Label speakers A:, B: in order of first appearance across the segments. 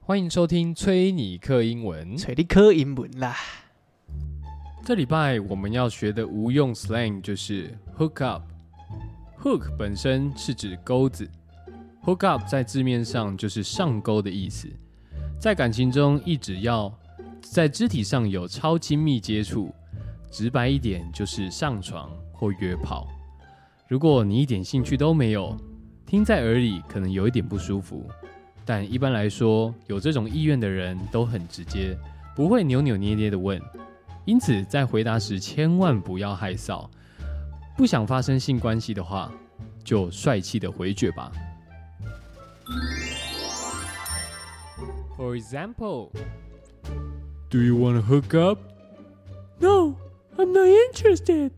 A: 欢迎收听崔尼克英文。
B: 找你考英文啦。
A: 这礼拜我们要学的无用 slang 就是 hook up。hook 本身是指钩子，hook up 在字面上就是上钩的意思，在感情中意指要在肢体上有超亲密接触，直白一点就是上床或约炮。如果你一点兴趣都没有，听在耳里可能有一点不舒服，但一般来说，有这种意愿的人都很直接，不会扭扭捏捏的问。因此，在回答时千万不要害臊。不想发生性关系的话，就帅气的回绝吧。For example, do you want to hook up? No, I'm not interested.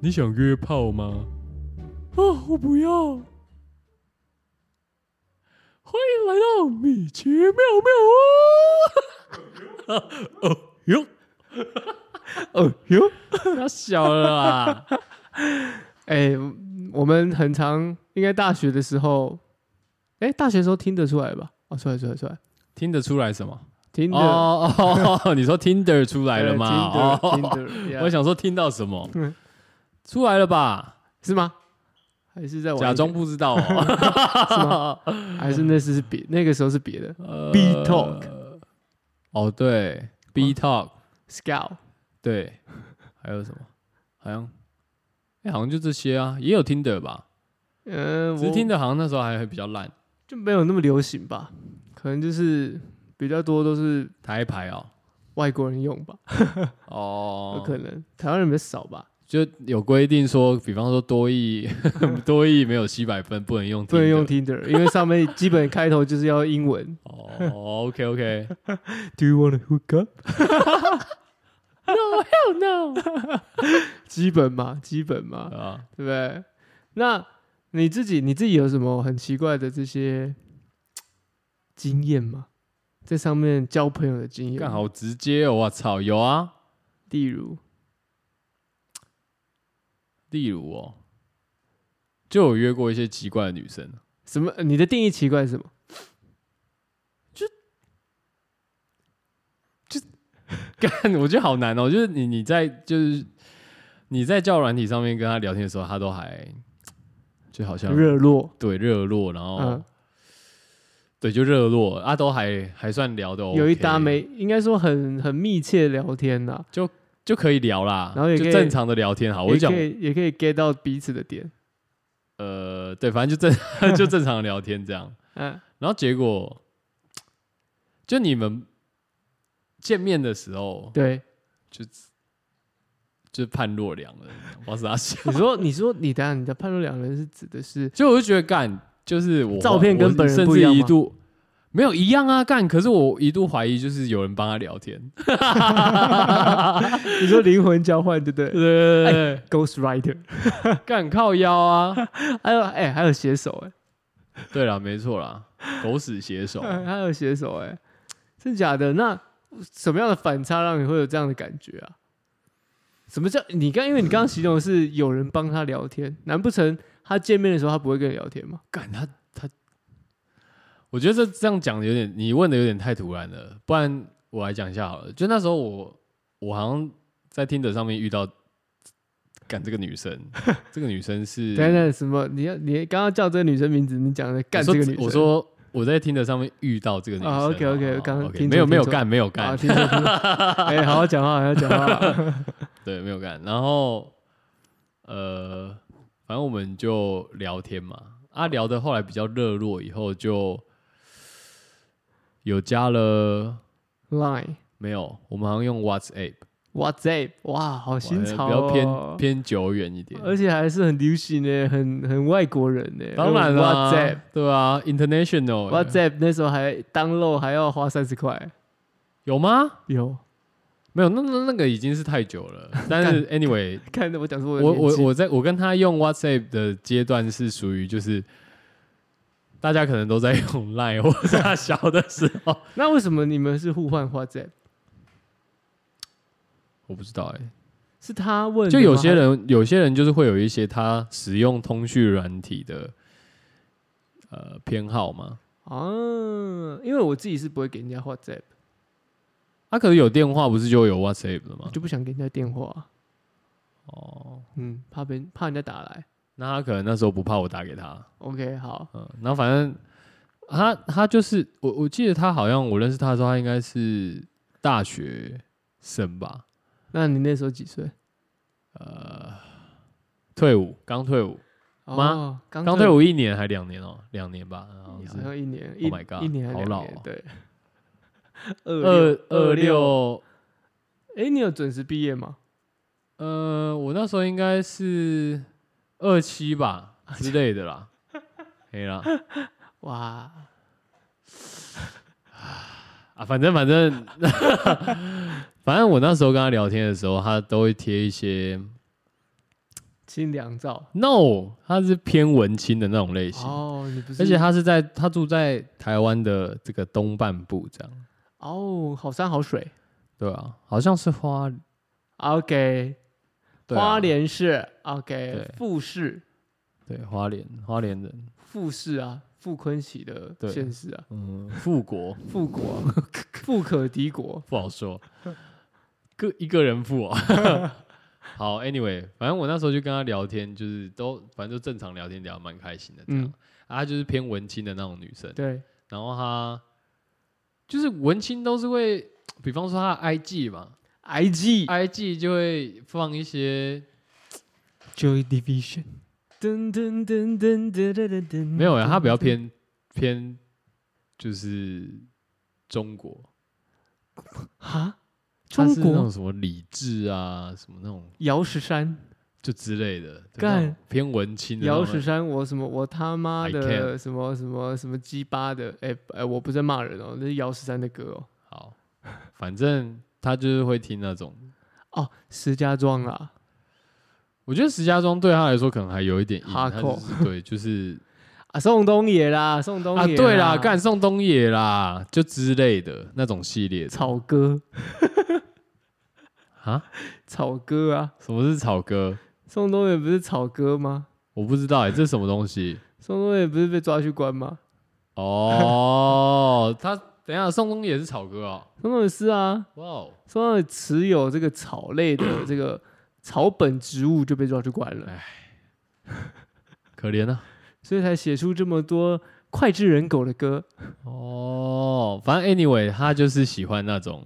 A: 你想约炮吗？啊，我不要。欢迎来到米奇妙妙屋。
B: 哟，
A: 哎
B: 哦哟，
A: 不要笑了啊！
B: 哎，我们很常应该大学的时候，哎，大学的时候听得出来吧？哦，出来出来出来，
A: 听得出来什么？
B: 听得
A: 哦哦哦，你说 Tinder 出
B: 呃
A: 来了吗？
B: 听得
A: 哦，
B: 听得，
A: 我
B: yeah
A: 想说听到什么
B: 嗯？
A: 出来了吧？
B: 是吗？还是在玩
A: 假装不知道 哦。
B: 是吗？还是那次是别那个时候是别的
A: B
B: ？B Talk
A: 呃哦，对，B Talk，
B: Scout
A: 对，还有什么？好像，哎，好像就这些啊，也有 Tinder 吧？
B: 嗯，
A: 只是
B: 我
A: Tinder 好像那时候还比较烂，
B: 就没有那么流行吧？可能就是比较多都是
A: 台牌哦。
B: 外国人用吧，有
A: 哦，
B: 可能台湾人比较少吧，
A: 就有规定说，比方说多亿， 多亿没有七百分不能用 Tinder，
B: 不能用 Tinder，因为上面基本开头就是要英文。
A: 哦，OK OK，
B: Do you want to hook up?
A: no，
B: 基本嘛，基本嘛，
A: 啊，
B: 对不对？那你自己你自己有什么很奇怪的这些经验吗？在上面交朋友的经验
A: 干
B: 吗，
A: 好直接哦，我操，有啊，
B: 例如
A: 例如哦，就有约过一些奇怪的女生，
B: 什么？你的定义奇怪是什么？
A: 干，我觉得好难哦，就是你你在就是你在交友软体上面跟她聊天的时候，她都还就好像
B: 热络，
A: 对啊哦热络，然后、
B: 嗯，
A: 对就热络，啊都还还算聊的、OK，哦
B: 有一搭没，应该说很很密切聊天呐、
A: 就可以聊啦，
B: 然后也可
A: 就
B: 以
A: 正常的聊天哦好，我就
B: 也
A: 讲
B: 可以也可以 get 到彼此的点，
A: 呃对，反正就正 就正常的聊天这样。
B: 嗯，
A: 然后结果就你们见面的时候
B: 对。
A: 就判若两人，我是阿笑。
B: 你说你说你等下你的判若两人是指的是
A: 就我就觉得干，就是我
B: 照片跟本人
A: 我
B: 不一
A: 甚
B: 样
A: 至
B: 吗
A: 一度没有一样啊干，可是我一度怀疑就是有人帮他聊天，
B: 你说灵魂交换，对不对
A: 对对对对
B: ？Ghost Rider，
A: 对，哎干靠腰啊，
B: 还有哎、还有写手哎、
A: 对了，没错啦，狗屎写手，
B: 嗯还有写手哎、真假的？那什么样的反差让你会有这样的感觉啊？什么叫你刚？因为你刚刚形容的是有人帮他聊天，难不成他见面的时候他不会跟你聊天吗？
A: 干他他，我觉得这这样讲的有点，你问的有点太突然了，不然我来讲一下好了。就那时候我我好像在听的上面遇到，干这个女 生，这个女生是
B: 等等，什么？你要你刚刚叫这个女生名字，你讲的干这
A: 我
B: 个
A: 说
B: 女生，
A: 我说我在听的上面遇到这个女生。
B: 啊，OK，OK，
A: 哦
B: 刚刚
A: OK，
B: 听错
A: 没有没有
B: 听错
A: 干没有
B: 啊，
A: 干，
B: 听说听说，哎，好好讲话，好好讲 话，
A: 对，没有干。然后呃，反正我们就聊天嘛，啊，聊的后来比较热络，以后就有加了
B: Line、
A: 没有？我们好像用 WhatsApp，
B: WhatsApp，哇，好新潮、
A: 比较
B: 哦，
A: 偏偏久远一点。
B: 而且还是很流行呢，很很外国人呢。
A: 当然啦、
B: ，WhatsApp
A: 对啊，International 欸
B: WhatsApp 那时候还 download 还要花三十块，
A: 有吗？
B: 有
A: 没有，那那那个已经是太久 了。但是 anyway，
B: 看着我讲说我的
A: 我
B: 年
A: 我
B: 纪
A: 我在我跟他用 WhatsApp 的阶段是属于就是，大家可能都在用 Line 或者他小的时候，
B: 那为什么你们是互换 WhatsApp？
A: 我不知道哎、
B: 是他问的吗，
A: 就有些
B: 还
A: 人有些人就是会有一些他使用通讯软体的呃偏好嘛，
B: 啊，因为我自己是不会给人家 WhatsApp，
A: 啊，可是有电话不是就有 WhatsApp 了吗
B: 我？就不想给人家电话啊，
A: 哦，
B: 嗯，怕被怕人家打来。
A: 那他可能那时候不怕我打给他，
B: OK，好，
A: 嗯，然后反正他他就是我我记得他好像我认识他的时候，他应该是大学生吧，
B: 那你那时候几岁？
A: 退伍刚退伍，妈
B: 哦，刚
A: 刚退伍一年还两年哦、两年吧，然后
B: 好
A: 是
B: 像一年
A: Oh
B: 一
A: my god，
B: 一年还
A: 好
B: 两
A: 老
B: 年
A: 哦
B: 对，
A: 二二
B: 二六，
A: 六，
B: 哎，你有准时毕业吗？
A: 呃，我那时候应该是二七吧之类的啦，可以啦
B: 哇，
A: 啊，反正反正 反正我那时候跟他聊天的时候，他都会贴一些
B: 清凉照
A: no，他是偏文青的那种类型。
B: 哦，你不是，
A: 而且他是在他住在台湾的这个东半部，这样
B: 哦，好山好水
A: 对啊，好像是花
B: ，OK，
A: 对啊
B: 花莲市
A: 对
B: ，OK，富士，
A: 对花莲花莲人，
B: 富士啊，傅昆萁的
A: 对
B: 现实啊，
A: 嗯，富国
B: 富国 啊，富可敌国，
A: 不好说，个一个人富啊。 好，anyway，反正我那时候就跟他聊天，就是都反正就正常聊天，聊得蛮开心的这样。
B: 嗯
A: 啊，她就是偏文青的那种女生，
B: 对，
A: 然后她就是文青都是会，比方说她的 IG 嘛
B: IG
A: ，IG 就会放一些
B: Joy Division，噔噔噔噔噔噔噔噔，
A: 没有呀、他比较
B: 偏。
A: 偏偏就是中国，
B: 啊，
A: 他
B: 中
A: 是那种
B: 国
A: 什么理智啊，什么那种
B: 姚十三，
A: 就之类的，就
B: 干
A: 那种偏文青的那
B: 姚
A: 种。
B: 十三，我什么我他妈
A: I
B: 的
A: can't
B: 什么什么什么鸡巴的，哎、哎、我不是在骂人哦，那是姚十三的歌哦，
A: 好，反正他就是会听那种。
B: 哦，石家庄啊啦，
A: 我觉得石家庄对他来说可能还有一点硬，他就
B: Hardcore
A: 是对，就是
B: 啊，宋冬野啦，宋冬野
A: 啊，对
B: 啦，
A: 啦，干宋冬野啦，就之类的那种系列的
B: 草哥，
A: 啊。
B: 草哥啊，
A: 什么是草哥？
B: 宋冬野不是草哥吗？
A: 我不知道哎、这是什么东西？
B: 宋冬野不是被抓去关吗？
A: 哦，他等一下，宋冬野是草哥哦。
B: 宋冬野是啊，
A: 哇哦，
B: 宋冬野持有这个草 类的这个草本植物就被抓去关了，
A: 可怜啊！
B: 所以才写出这么多脍炙人口的歌。
A: 哦，反正 anyway，他就是喜欢那种，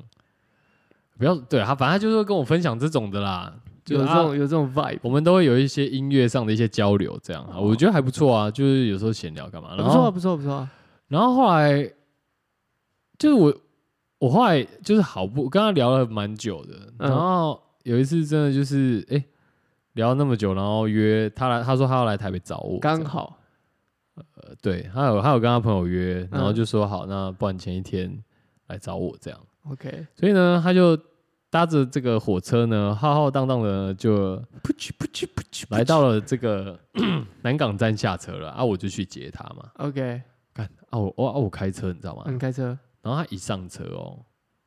A: 不要对他，反正他就是会跟我分享这种的啦，就
B: 有
A: 是啊
B: 这
A: 他
B: 种、有这种 vibe，
A: 我们都会有一些音乐上的一些交流，这样、啊，我觉得还不错啊，就是有时候闲聊干嘛，
B: 不
A: 然
B: 错啊，
A: 后
B: 不错啊不错啊。
A: 然后后来就是我我后来就是好不跟他聊了蛮久的，
B: 嗯
A: 然后有一次真的就是哎、诶聊了那么久，然后约他来，他说他要来台北找我，这
B: 刚
A: 样
B: 好
A: 对，他有他有跟他朋友约，然后
B: 嗯
A: 就说好，那不然前一天来找我这样。
B: ，OK，
A: 所以呢，他就搭着这个火车呢，浩浩荡荡的就
B: 噗嗤噗嗤噗嗤
A: 来到了这个 南港站下车了啊，我就去接他嘛。
B: ，OK，
A: 干啊我我啊我开车你知道吗？
B: 嗯，开车，
A: 然后他一上车哦，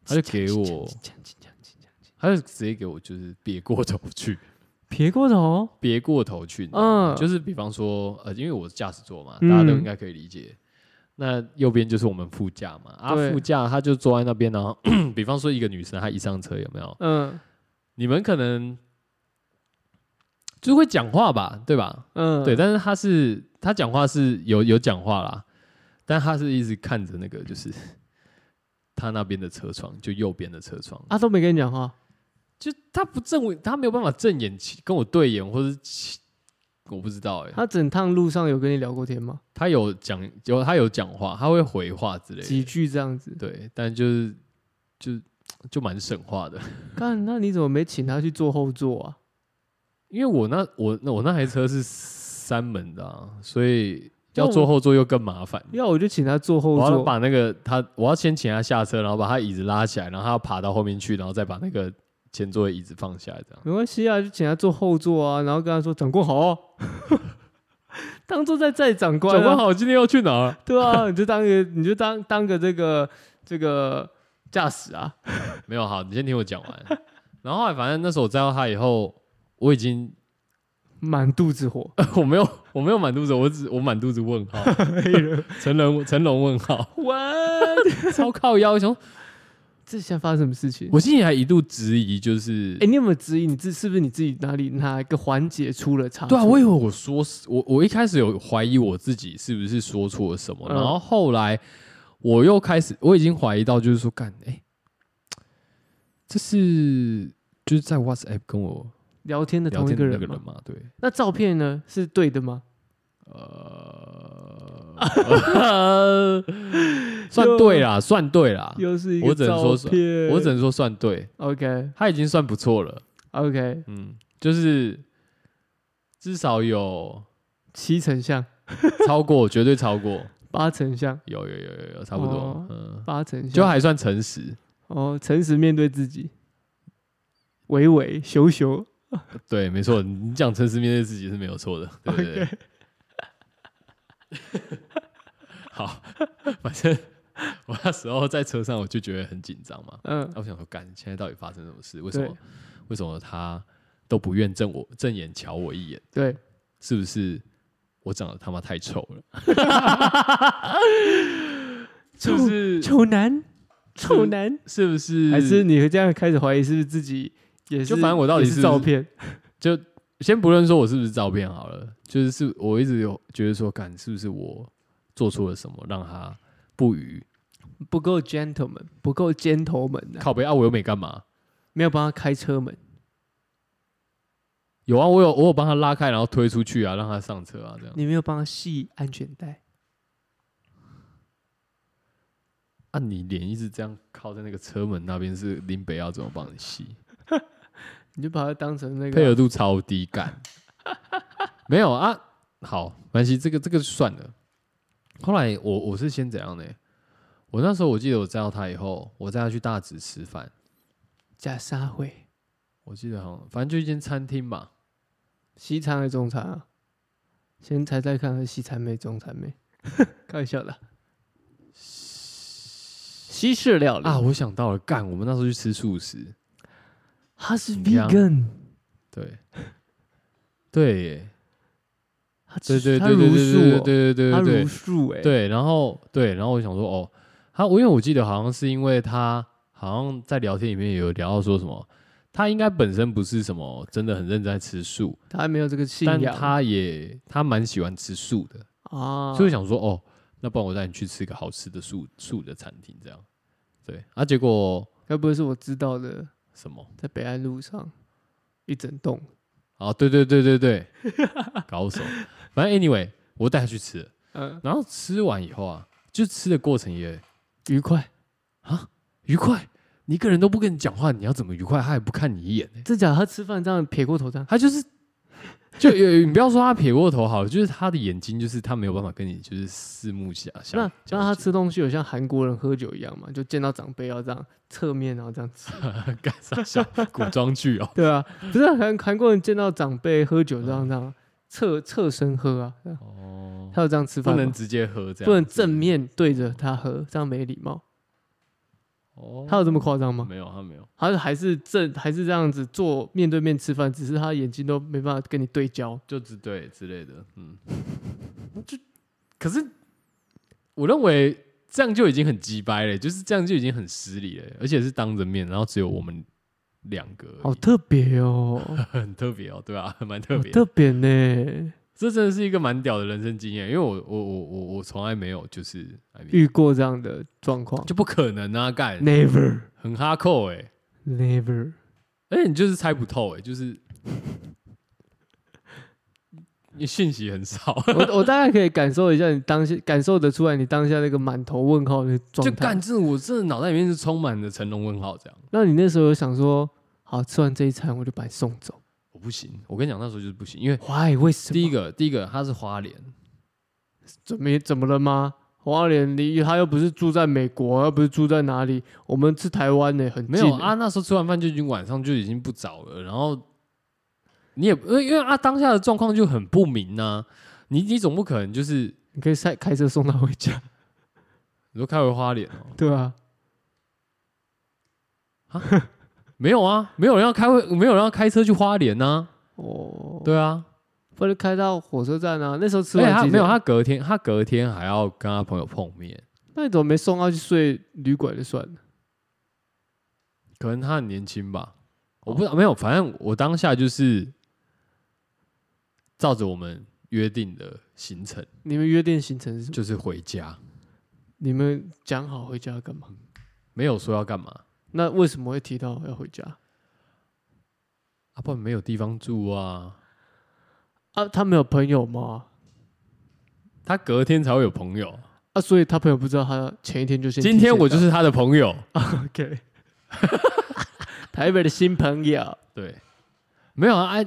A: 他就给我，
B: 这样这样这样这样
A: 他就直接给我就是别过头去，
B: 撇过头，
A: 别过头去，
B: 嗯，
A: 就是比方说，呃，因为我是驾驶座嘛，大家都应该可以理解。那右边就是我们副驾嘛，啊，
B: 对
A: 副驾他就坐在那边，然后 比方说一个女生，她一上车有没有？
B: 嗯
A: 你们可能就会讲话吧，对吧？
B: 嗯，
A: 对，，但是她是她讲话是有有讲话啦，但她是一直看着那个就是她那边的车窗，就右边的车窗，
B: 啊都没跟你讲话，
A: 就她不正，她没有办法正眼起跟我对眼，或者起我不知道哎、
B: 他整趟路上有跟你聊过天吗？
A: 他有讲有他有讲话，他会回话之类
B: 几
A: 的，
B: 句这样子，
A: 对，但就是就就蛮省话的，
B: 干，那你怎么没请他去坐后座啊？
A: 因为我那我那我那台车是三门的、啊，所以
B: 那
A: 要
B: 我
A: 坐后座又更麻烦。
B: 要我就请他坐后
A: 我要
B: 座，
A: 把那个他，我要先请他下车，然后把他椅子拉起来，然后他要爬到后面去，然后再把那个前座的椅子放下来，这样。
B: 没关系啊，就请他坐后座啊，然后跟他说长官好啊， 当做在载长官
A: 长官
B: 啊，
A: 好，今天要去哪儿？
B: 对啊，你就当个你就当当个这个这个驾驶啊，
A: 没 有好，你先听我讲完。然后后来反正那时候我载到他以后，我已经
B: 满肚子火，
A: 我没有，我没有满肚子，我只我满肚子问号，成龙成龙问号，
B: 哇！
A: 超靠腰。想说
B: 这现在发生什么事情？
A: 我心里还一度质疑，就是
B: 哎、你有没有质疑你自是不是你自己哪里哪一个环节出了差错？
A: 对啊，我以为我说是我我一开始有怀疑我自己是不是说错了什么，
B: 嗯
A: 然后后来我又开始我已经怀疑到就是说干哎、这是就是在 WhatsApp 跟我
B: 聊天的
A: 聊
B: 同一
A: 天
B: 个
A: 的那
B: 人
A: 个
B: 吗
A: 人嘛，对，
B: 那照片呢是对的吗？
A: 呃， 算对 啦，算对啦，
B: 又是一
A: 啊我
B: 个
A: 只能说
B: 照
A: 是
B: 片，
A: 我只 能说算对，
B: OK
A: 他已经算不错了，
B: OK
A: 嗯，就是至少有
B: 七成像、
A: 超过， 绝对超过，
B: 八成像、
A: 有有有有有，差不多
B: 哦，
A: 嗯，
B: 八成像，
A: 就还算诚实，
B: 哦，诚实面对自己，唯唯羞羞。
A: 对，没错，你讲诚实面对自己是没有错的，对对对。 好， 反正我那时候在车上我就觉得很紧张嘛，
B: 嗯
A: 那我想说，干，现在到底发生什么事？为什么
B: 对？
A: 为什么他都不愿正我正眼瞧我一眼？
B: 对，
A: 是不是我长得他妈太丑 了？是不是？
B: 丑男，丑男，
A: 是不是？
B: 还是你会这样开始怀疑是不是自己也是？
A: 就反正我到底
B: 也
A: 是
B: 是
A: 不是
B: 照片，
A: 就先不论说我是不是照片好了，就是是我一直有觉得说，干是不是我做错了什么让他不愉？
B: 不够 gentleman，不够 gentleman 啊，
A: 靠背啊，我又没干嘛。
B: 没有帮他开车门。
A: 有啊，我有我有帮他拉开，然后推出去啊，让他上车啊，这样。
B: 你没有帮他系安全带，
A: 啊，你脸一直这样靠在那个车门那边，是林北要怎么帮你吸？
B: 你就把它当成那
A: 配合
B: 个
A: 度超低感。没有啊，好，没关系，这个这个就算了。后来我我是先怎样呢？我那时候我记得我载到他以后，我载他去大直吃饭，
B: 假沙会，
A: 我记得好像反正就一间餐厅嘛，
B: 西餐还是中餐啊？先猜猜看，是西餐妹、中餐妹？ 开玩笑的啊，西式料理
A: 啊，，我想到了，干，我们那时候去吃素食，
B: 它是
A: 你看
B: vegan，
A: 对，对耶，
B: 它
A: 对对
B: 吃它
A: 对对
B: 茹
A: 对
B: 素
A: 对对
B: 哦，
A: 对对
B: 它
A: 对对
B: 茹，素哎，
A: 对，然后对，然后我想说，哦，他我因为我记得好像是因为他好像在聊天里面有聊到说什么，他应该本身不是什么真的很认真在吃素，
B: 它还没有这个信
A: 但
B: 仰
A: 他也他蛮喜欢吃素的，
B: 啊，
A: 所以我想说，哦，那不然我带你去吃个好吃的素素的餐厅这样，对，啊，结果
B: 该不会是我知道的，
A: 什么？
B: 在北安路上一整栋
A: 啊，对对对对对，搞手，反正 anyway，我带他去吃了，
B: 嗯
A: 然后吃完以后啊，就吃的过程也
B: 愉快，
A: 愉快。你一个人都不跟你讲话，你要怎么愉快？他也不看你一眼、欸
B: 真假的？他吃饭这样撇过头这样，
A: 他就是就有你不要说他撇过头好了，就是他的眼睛就是他没有办法跟你就是四目相相。
B: 那那他
A: 相
B: 吃东西有像韩国人喝酒一样嘛？就见到长辈要这样侧面然后这 样吃，。
A: 接干啥 笑？古装剧哦
B: 对啊，不是啊韩韩国人见到长辈喝酒这样这
A: 嗯
B: 样侧侧身喝啊，这样
A: 哦，
B: 他有这样吃
A: 不
B: 饭吗
A: 能直接喝这样，
B: 不能正。面对着他喝，这样没礼貌。
A: 哦，
B: 他有这么夸张吗？
A: 没有，他没有。
B: 他还是正还是这样子坐面对面吃饭，只是他眼睛都没办法跟你对焦。
A: 就只对之类的，嗯，就可是我认为这样就已经很鸡掰了，就是这样就已经很失礼了，而且是当着面，然后只有我们两个而已，
B: 好特别哦，
A: 很特别哦，对吧、 蛮 特
B: 好
A: 别的，
B: 特别呢，
A: 这真的是一个蛮屌的人生经验，因为我我我我我从来没有就是 I mean，
B: 遇过这样的状况
A: 就不可能啊，干
B: ，never
A: 很哈扣哎，
B: never。
A: 而且你就是猜不透哎、 就是你信息很少，
B: 我我大概可以感受一下你当下感受得出来，你当下那个满头问号的
A: 就
B: 状态
A: 干。这我真的脑袋里面是充满了成龙问号这样。
B: 那你那时候有想说，好吃完这一餐我就把你送走
A: 我不行，我跟你讲，那时候就是不行，因为
B: ？Why？为什么？
A: 第一个，第一个他是花莲，
B: 怎么怎么了吗？花莲离他又不是住在美国，又不是住在哪里，我们是台湾呢、很
A: 没
B: 近、
A: 有啊，，那时候吃完饭就已经晚上就已经不早了，然后你也因为因为啊当下的状况就很不明呐、你你总不可能就是
B: 你可以开开车送他回家，
A: 你说开回花莲哦，
B: 对啊，
A: 没有啊，没有人要开会，没有人要开车去花莲呐、
B: 哦，
A: 对啊，
B: 不然就开到火车站啊。那时候吃
A: 哎，
B: 完
A: 他
B: 几
A: 没有，
B: 点
A: 他隔天他隔天还要跟他朋友碰面，
B: 那你怎么没送他去睡旅馆就算了？
A: 可能他很年轻吧，我不知道没有，反正我当下就是照着我们约定的行程，
B: 你们约定行程是什么？
A: 就是回家，
B: 你们讲好回家干嘛？
A: 没有说要干嘛，
B: 那为什么会提到要回家
A: 啊，不然没有地方住啊，
B: 啊？他没有朋友吗？
A: 他隔天才会有朋友，
B: 啊，所以他朋友不知道他前一天就先提
A: 今
B: 前到。
A: 天我就是他的朋友，
B: OK，台北的新朋友，
A: 对，没有啊，哎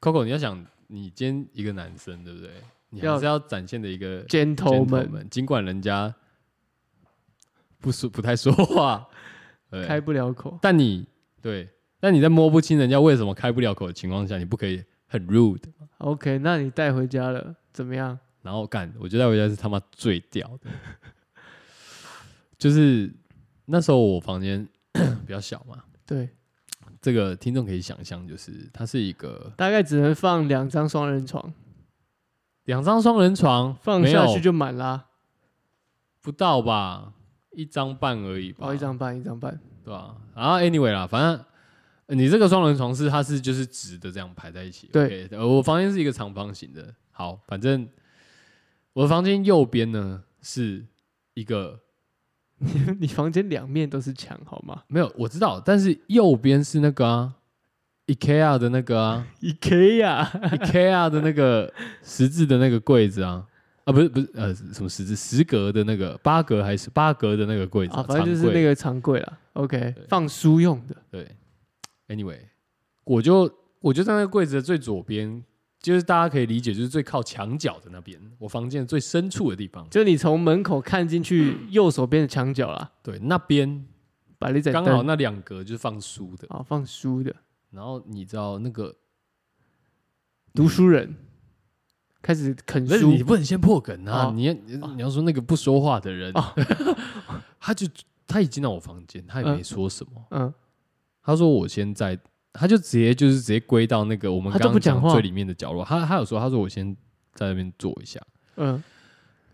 A: ，Coco，你要想，你今天一个男生，对不对？你还
B: 要
A: 是要展现的一个
B: 尖头们
A: 们，尽管人家不说不太说 话，对，
B: 开不了口。
A: 但你对，但你在摸不清人家为什么开不了口的情况下，你不可以很 rude，
B: OK，那你带回家了，怎么样？
A: 然后干，我觉得带回家是他妈最屌 的，就是那时候我房间 比较小嘛，
B: 对，
A: 这个听众可以想象，就是它是一个
B: 大概只能放两张双人床，
A: 两张双人床，
B: 放
A: 没有
B: 下去就满啦。
A: 不到吧，一张半而已吧，
B: 哦，一张半，一张半。
A: 对吧、啊？然后 anyway 啦，反正呃你这个双人床是它是就是直的这样排在一起。
B: 对
A: OK，呃，我房间是一个长方形的。好，反正我的房间右边呢是一个
B: 你房间两面都是墙，好 吗
A: 没有我知道，但是右边是那个啊 IKEA 的那个啊
B: ？IKEA，
A: IKEA 的那个十字的那个柜子啊。啊，不是不是，呃，什么十字十格的那个八格还是八格的那个柜子
B: 啊，反正就是
A: 长柜
B: 那个长柜啦。OK，
A: 对
B: 放书用的。
A: 对，anyway，我就我就在那个柜子的最左边，就是大家可以理解，就是最靠墙角的那边，我房间的最深处的地方。
B: 就你从门口看进去，右手边的墙角啦，
A: 对，那边
B: 摆了一盏
A: 刚好
B: 灯，
A: 那两格就是放书的，
B: 啊，放书的
A: 然后你知道那个，
B: 读书人开始啃
A: 不是
B: 书
A: 你，不能先破梗啊！
B: 哦
A: 你要你你要说那个不说话的人，
B: 哦
A: 他就他已经到我房间，他也没说什么，
B: 嗯，
A: 他说我先在。他就直接就是直接归到那个我们
B: 他
A: 刚
B: 都不
A: 刚
B: 讲
A: 讲
B: 话
A: 最里面的角落。他他有说，他说我先在那边坐一下，
B: 嗯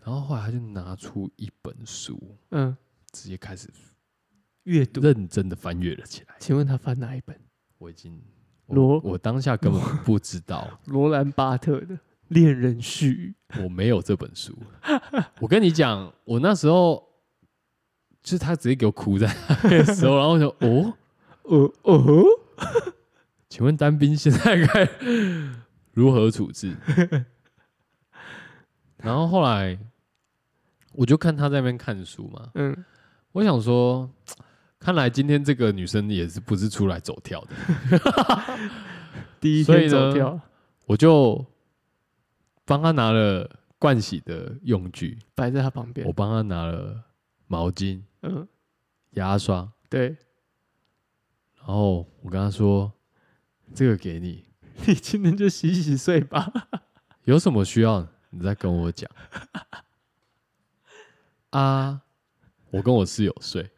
A: 然后后来他就拿出一本书，
B: 嗯，
A: 直接开始
B: 阅读。
A: 认真的翻阅了起来。
B: 请问他翻哪一本？
A: 我已经
B: 罗
A: 我我当下根本不知道
B: 罗兰巴特的《恋人絮语
A: 我没有这本书。我跟你讲，我那时候就是他直接给我哭在那个时候，然后我想哦，》。
B: 哦哦，
A: 请问单兵现在该如何处置？然后后来我就看他在那边看书嘛，
B: 嗯，
A: 我想说，看来今天这个女生也是不是出来走跳的。
B: 第一
A: 所以
B: 天
A: 呢
B: 走掉，
A: 我就帮他拿了盥洗的用具，
B: 摆在他旁
A: 我
B: 边。
A: 帮他拿了毛巾、
B: 嗯，
A: 牙刷，
B: 对，
A: 然后我跟他说：“这个给你，
B: 你今天就洗洗睡吧。
A: 有什么需要你再跟我讲。”啊，我跟我室友睡，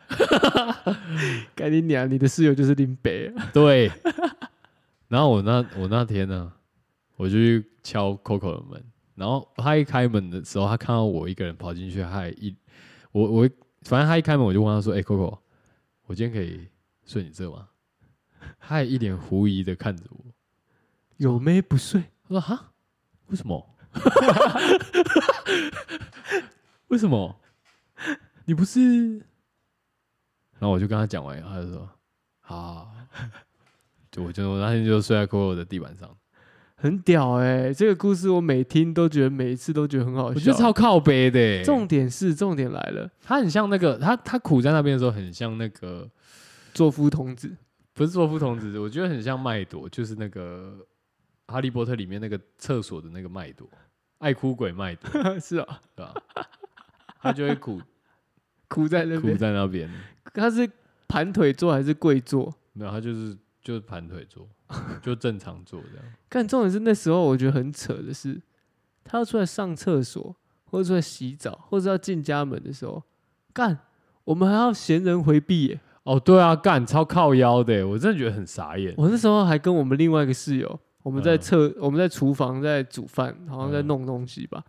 B: 赶紧娘，你的室友就是林北啊。
A: 对。然后我那我那天呢，我就去敲 Coco 的门，然后他一开门的时候，他看到我一个人跑进去，他还一我我反正他一开门我就问他说：“哎、c o c o 我今天可以睡你这吗？”他还一脸狐疑的看着我，
B: 有妹不睡，
A: 他说：“哈，为什 么？为什么？你不是？”然后我就跟他讲完以后，他就说：“好好。好”就我就我那天就睡在 Coco 的地板上，
B: 很屌哎、这个故事我每听都觉得每一次都觉得很好笑。
A: 我觉得超靠背的、欸。
B: 重点是重点来了，
A: 他很像那个，他他苦在那边的时候，很像那个，
B: 作夫童 子
A: 不是作夫童子，我觉得很像麦朵，就是那个《哈利波特》里面那个厕所的那个麦朵，爱哭鬼麦朵，
B: 是啊，
A: 对吧？他就会 苦
B: 哭在那
A: 苦
B: 边。
A: 在那边，
B: 他是盘腿坐还是跪坐？
A: 没有，他就是就是盘腿坐，就正常坐这样。
B: 但重点是那时候我觉得很扯的是，他要出来上厕所，或者出来洗澡，或者要进家门的时候，干，我们还要闲人回避耶。
A: 欸哦，对啊，干超靠腰的，我真的觉得很傻眼。
B: 我那时候还跟我们另外一个室友，我们在
A: 嗯
B: 厕、我们在厨房在煮饭，好像在
A: 嗯
B: 弄东西吧，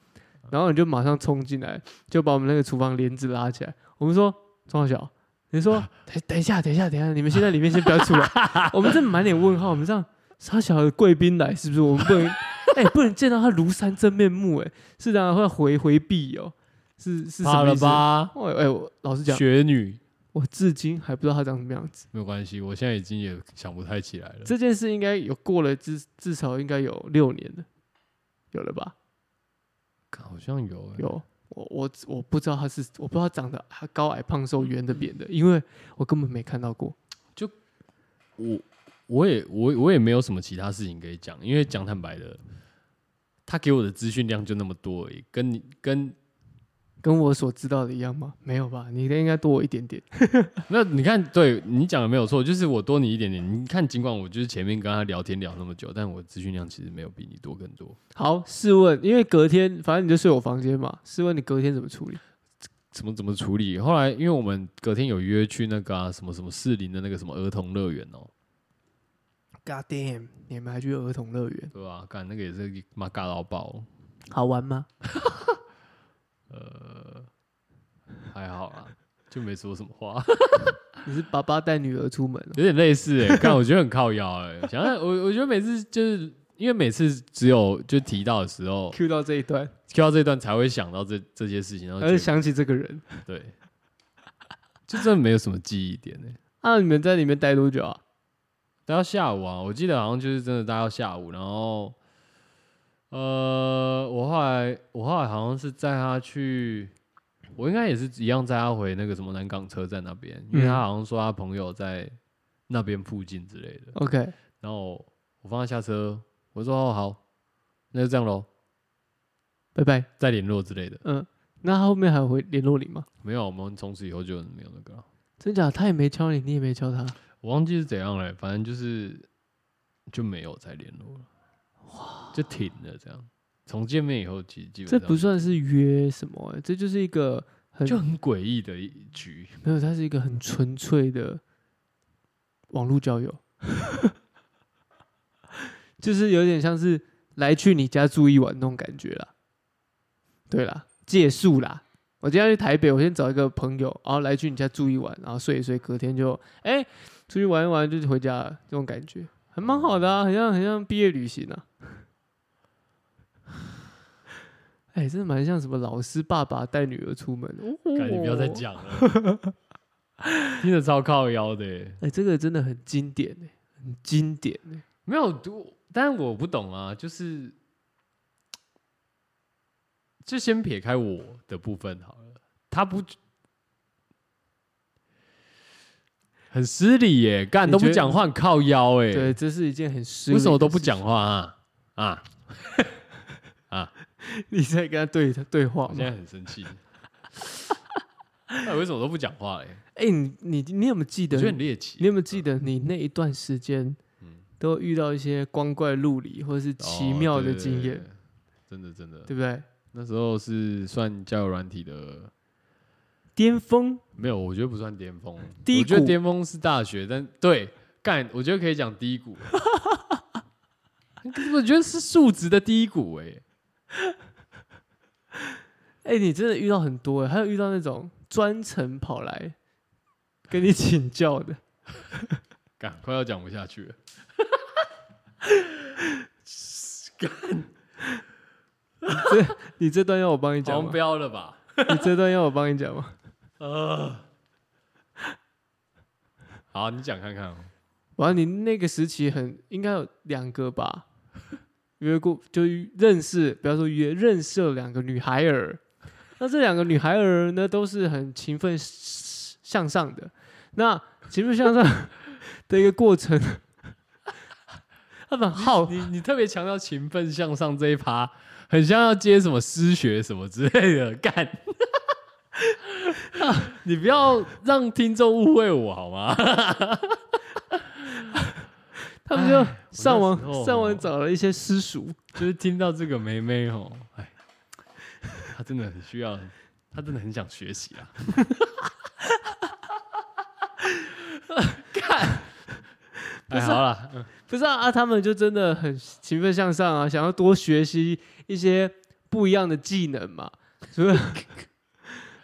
B: 然后你就马上冲进来，就把我们那个厨房帘子拉起来。我们说钟小小，你说等等一下，等一下，等一下，你们先在里面先不要出来。我们这满脸问号，我们这样傻小的贵宾来是不是？我们不能 哎、不能见到他庐山真面目哎、是的、啊，会回回避哦，是是什
A: 怕
B: 么
A: 了
B: 意思？
A: 吧？
B: 我哎、我老实讲，
A: 雪女
B: 我至今还不知道他长什么样子。
A: 没有关系，我现在已经也想不太起来了。
B: 这件事应该有过了至至少应该有六年了，有了吧？
A: 看好像有欸
B: 有，我我我不知道他是，我不知道长得他高矮胖瘦圆的扁的，因为我根本没看到过。
A: 我我也我我也没有什么其他事情可以讲，因为讲坦白的，他给我的资讯量就那么多而已，跟你跟
B: 跟我所知道的一样吗？没有吧，你的应该多我一点点。
A: 没有你看，对你讲的没有错，就是我多你一点点。你看，尽管我就是前面跟他聊天聊那么久，但我资讯量其实没有比你多更多。
B: 好，试问，因为隔天反正你就睡我房间嘛，试问你隔天怎么处理？
A: 怎么怎么处理？后来因为我们隔天有约去那个、啊、什么什么士林的那个什么儿童乐园哦，
B: God damn！你们还去儿童乐园，
A: 对吧、啊？干那个也是妈尬到爆，
B: 好玩吗？
A: 还好啦，就没说什么话。
B: 你是爸爸带女儿出门、哦，
A: 有点类似哎、欸，但我觉得很靠腰哎、欸。想想我，我觉得每次就是因为每次只有就提到的时候
B: Q 到这一段，
A: ，Q 到这段才会想到这这些事情，然后
B: 而且
A: 就觉
B: 想起这个人。
A: 得对，就真的没有什么记忆点哎、欸。
B: 啊，你们在里面待多久啊？
A: 待到下午啊，我记得好像就是真的待到下午，然后呃，我后来我后来好像是载他去，我应该也是一样载他回那个什么南港车站那边，因为
B: 嗯
A: 他好像说他朋友在那边附近之类的。
B: OK，
A: 然后我放他下车，我说哦好，那就这样喽，
B: 拜拜。
A: 再联络之类的。
B: 嗯，那他后面还有回联络你吗？
A: 没有，我们从此以后就没有那个了。
B: 真假？他也没敲你，你也没敲他。
A: 我忘记是怎样了，反正就是就没有再联络了，哇，就停了这样。从见面以后，其实基本
B: 这
A: 上
B: 不算是约什么、欸这就是一个很
A: 就很诡异的一局。
B: 没有，它是一个很纯粹的网络交友， 就是有点像是来去你家住一晚那种感觉啦。对啦，借宿啦。我今天要去台北，我先找一个朋友，然后来去你家住一晚，然后睡一睡，隔天就哎、出去玩一玩，就是回家了，这种感觉还蛮好的啊，很像很像毕业旅行啊。 哎、真的蛮像什么老师爸爸带女儿出门，哦
A: 感觉不要再讲了，听着超靠腰的欸。
B: 哎、这个真的很经典哎、很经典哎、
A: 没有读，但我不懂啊，就是就先撇开我的部分好了，他不很失礼耶，干
B: 你
A: 都不
B: 觉得
A: 讲话，很靠腰哎，
B: 对，这是一件很失
A: 为什么
B: 礼的
A: 都不
B: 事
A: 讲话啊啊？
B: 情？你在跟他对对话
A: 我现在
B: 吗？
A: 很生气， 哎，为什么都不讲话嘞？
B: 哎、你你你有没有记
A: 我
B: 得
A: 觉？得很猎奇，
B: 你有没有记得你那一段时间
A: 嗯
B: 都遇到一些光怪陆离或者是奇
A: 哦
B: 妙
A: 对
B: 的
A: 对
B: 经
A: 对
B: 验，
A: 对真的真的，
B: 对不对？
A: 那时候是算交友软体的
B: 巅峰
A: 没有，我觉得不算巅峰。
B: 低
A: 我觉得
B: 谷
A: 巅峰是大学，但对干，我觉得可以讲低 谷。可是我觉得是数值的低谷哎、
B: 哎、你真的遇到很多、欸，还有遇到那种专程跑来跟你请教的，
A: 干快要讲不下去了。
B: 你这段要我帮你讲
A: 黄
B: 吗？
A: 标了吧？
B: 你这段要我帮你讲吗？
A: 好，你讲看看哦。
B: 哇，你那个时期很应该有两个吧， 约过就认识，不要说约，认识了两个女孩儿。那这两个女孩儿呢，都是很勤奋向上的。那勤奋向上 的一个过程， 他们好
A: 你你特别强调勤奋向上这一趴，很像要接什么失学什么之类的干。 你不要让听众误会我好吗？
B: 他们就上
A: 哎我那时
B: 网
A: 候哦
B: 上网找了一些私塾，
A: 就是听到这个妹妹吼，哎，她真的很需要，她真的很想学习啊。 看，
B: 不
A: 哎，
B: 是
A: 好了，哎
B: 不是啊啊，他们就真的很勤奋向上啊，想要多学习一些不一样的技能嘛。除了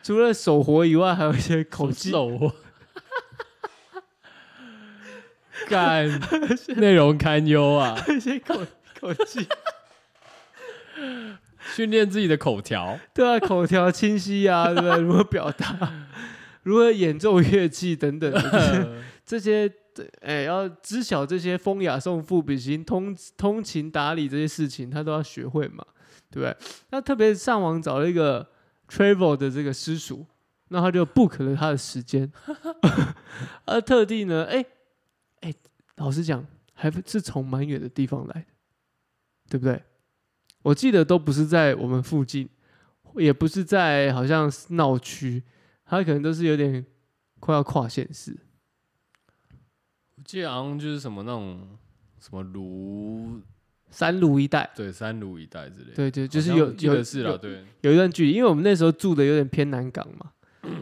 B: 除了手活以外，还有一些口技。
A: 手。干，内容堪忧啊！
B: 一些口口技，
A: 训练自己的口 条，
B: 对啊，口条清晰啊，对不对？如何表达，如何演奏乐器等等的这些，这哎、要知晓这些风雅颂、赋比兴、通通情达理这些事情，他都要学会嘛，对不对？那特别上网找了一个 travel 的这个私塾，那他就 book 了他的时间， 而特地呢，哎、哎、老实讲，还不是从蛮远的地方来的，对不对？我记得都不是在我们附近，也不是在好像是闹区，他可能都是有点快要跨县市。
A: 我记得好像就是什么那种什么卢，
B: 三芦一带，
A: 对三卢一带之类的，
B: 对对，
A: 好像
B: 就是有
A: 我记
B: 有
A: 得是啦，
B: 有
A: 对，
B: 有一段距离，因为我们那时候住的有点偏南港 嘛，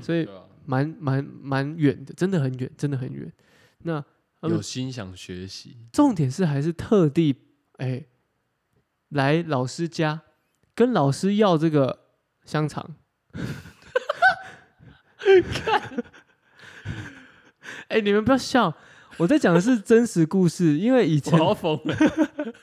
B: 所以
A: 对啊
B: 蛮蛮蛮远的，真的很远，真的很远。那他们
A: 有心想学 习，
B: 重点是还是特地哎、来老师家跟老师要这个香肠， 哎、你们不要笑，我在讲的是真实故事，因为以
A: 我
B: 前
A: 要疯了，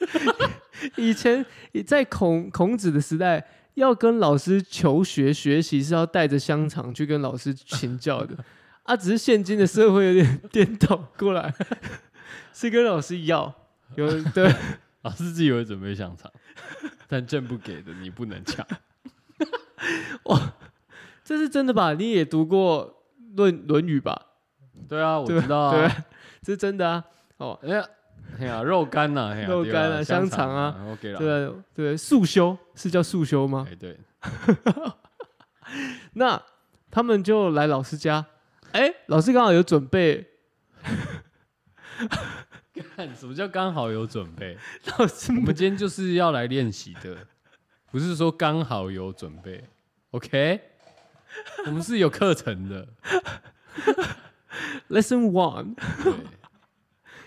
B: 以前在孔孔子的时代，要跟老师求学学习是要带着香肠去跟老师请教的啊，只是现今的社会有点 颠倒过来， 是跟老师要有对
A: 老师自己有准备香肠， 但朕不给的你不能 抢，
B: 这是真的吧？你也读过《论论语》吧？
A: 对啊，我
B: 对吧
A: 知道
B: 对
A: 啊，
B: 吧，这是真的啊。哦，
A: 哎呀，哎呀，肉干呐，哎呀
B: 肉
A: 对
B: 干啊
A: 香
B: 香肠啊
A: ，OK 了，
B: 对吧对，束修是叫束修吗？
A: 哎对，
B: 那他们就来老师家，哎，老师刚好有准备
A: 看什么叫刚好有准备，
B: 老师
A: 我们今天就是要来练习的，不是说刚好有准备，OK，我们是有课程的。
B: lesson one。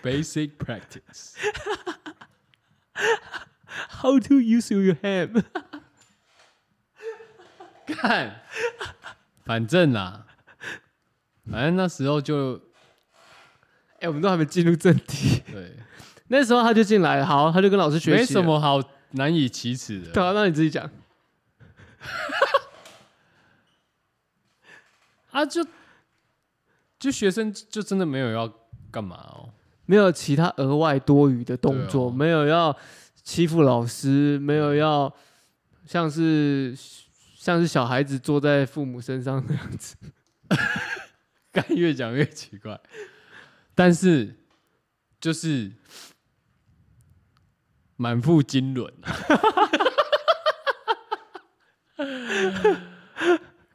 A: 对，basic practice，
B: How to use your hand？
A: 看，反正啦，反正那时候就
B: 哎、我们都还没进入正题，
A: 对，
B: 那时候他就进来了，好，他就跟老师学
A: 没
B: 习，
A: 什，么好难以启齿
B: 啊对
A: 的。
B: 啊，那你自己讲，
A: 啊，就就学生就真的没有要干嘛哦，
B: 没有其他额外多余的动作，
A: 对啊
B: 没有要欺负老师，没有要像是像是小孩子坐在父母身上那样子，
A: 干越讲越奇怪，但是就是满腹经纶啊。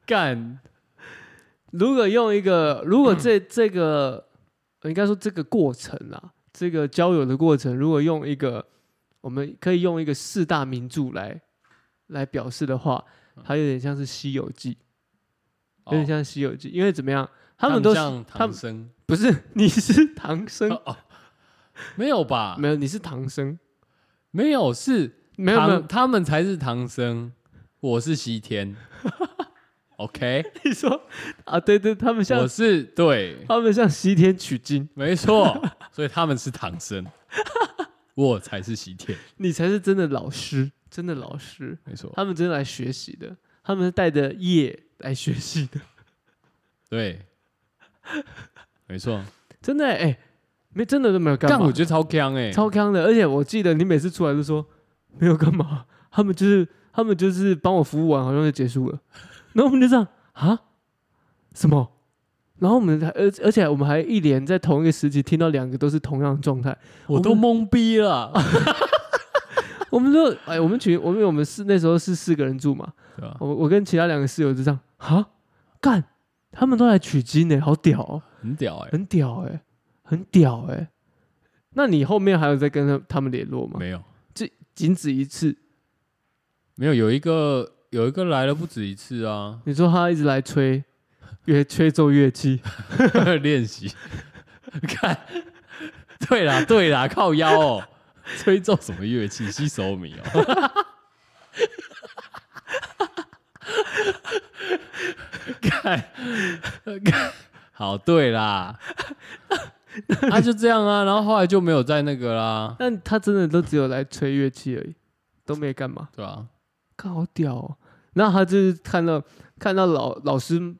A: 干，
B: 如果用一个，如果这、这个，呃应该说这个过程啊，这个交友的过程，如果用一个，我们可以用一个四大名著来来表示的话，它有点像是《西游记》，有
A: 哦
B: 点像《西游记》，因为怎么样，他们都是
A: 像
B: 他
A: 唐
B: 们
A: 僧，
B: 不是你是唐
A: 哦
B: 僧，
A: 没有吧？
B: 没有你是唐僧，
A: 没有，是
B: 没有没有
A: 唐，他们才是唐僧，我是西天。OK，
B: 你说啊，对对，他们
A: 我
B: 像
A: 是对，
B: 他们向西天取经，
A: 没错，所以他们是唐僧，我才是西天，
B: 你才是真的老师，真的老师，
A: 没错，
B: 他们真的来学习的，他们是带着业来学习的。
A: 对，没错。
B: 真的哎、欸没真的都没有干
A: 但
B: 嘛
A: 我，觉得超强哎、
B: 超康的。而且我记得你每次出来都说没有干嘛， 他们就是他们就是帮我服务完，好像就结束了。 然后我们就这样啊，什么？然后我们还而而且我们还一连在同一个时期听到两个都是同样的状态，
A: 我都懵逼了，
B: 我们就哎，我们群我们我们是那时候是四个人住嘛，
A: 对啊吧？
B: 我我跟其他两个室友就这样啊干，他们都来取经呢、好屌、哦。
A: 很屌哎、
B: 很屌哎、很屌哎、那你后面还有在跟他他们联络吗？
A: 没有，
B: 仅止一次。
A: 没有，有一个有一个来了不止一次啊，
B: 你说他一直来吹乐吹奏乐器，
A: 练习。看，对啦，对啦，靠腰哦， 吹奏什么乐器？西手米哦， 看，看，好，对啦， 啊，就这样啊，然后后来就没有在那个啦，
B: 但他真的都只有来吹乐器而已，都没干嘛，
A: 对啊吧、
B: 看好屌哦。然后他就是看到看到老老师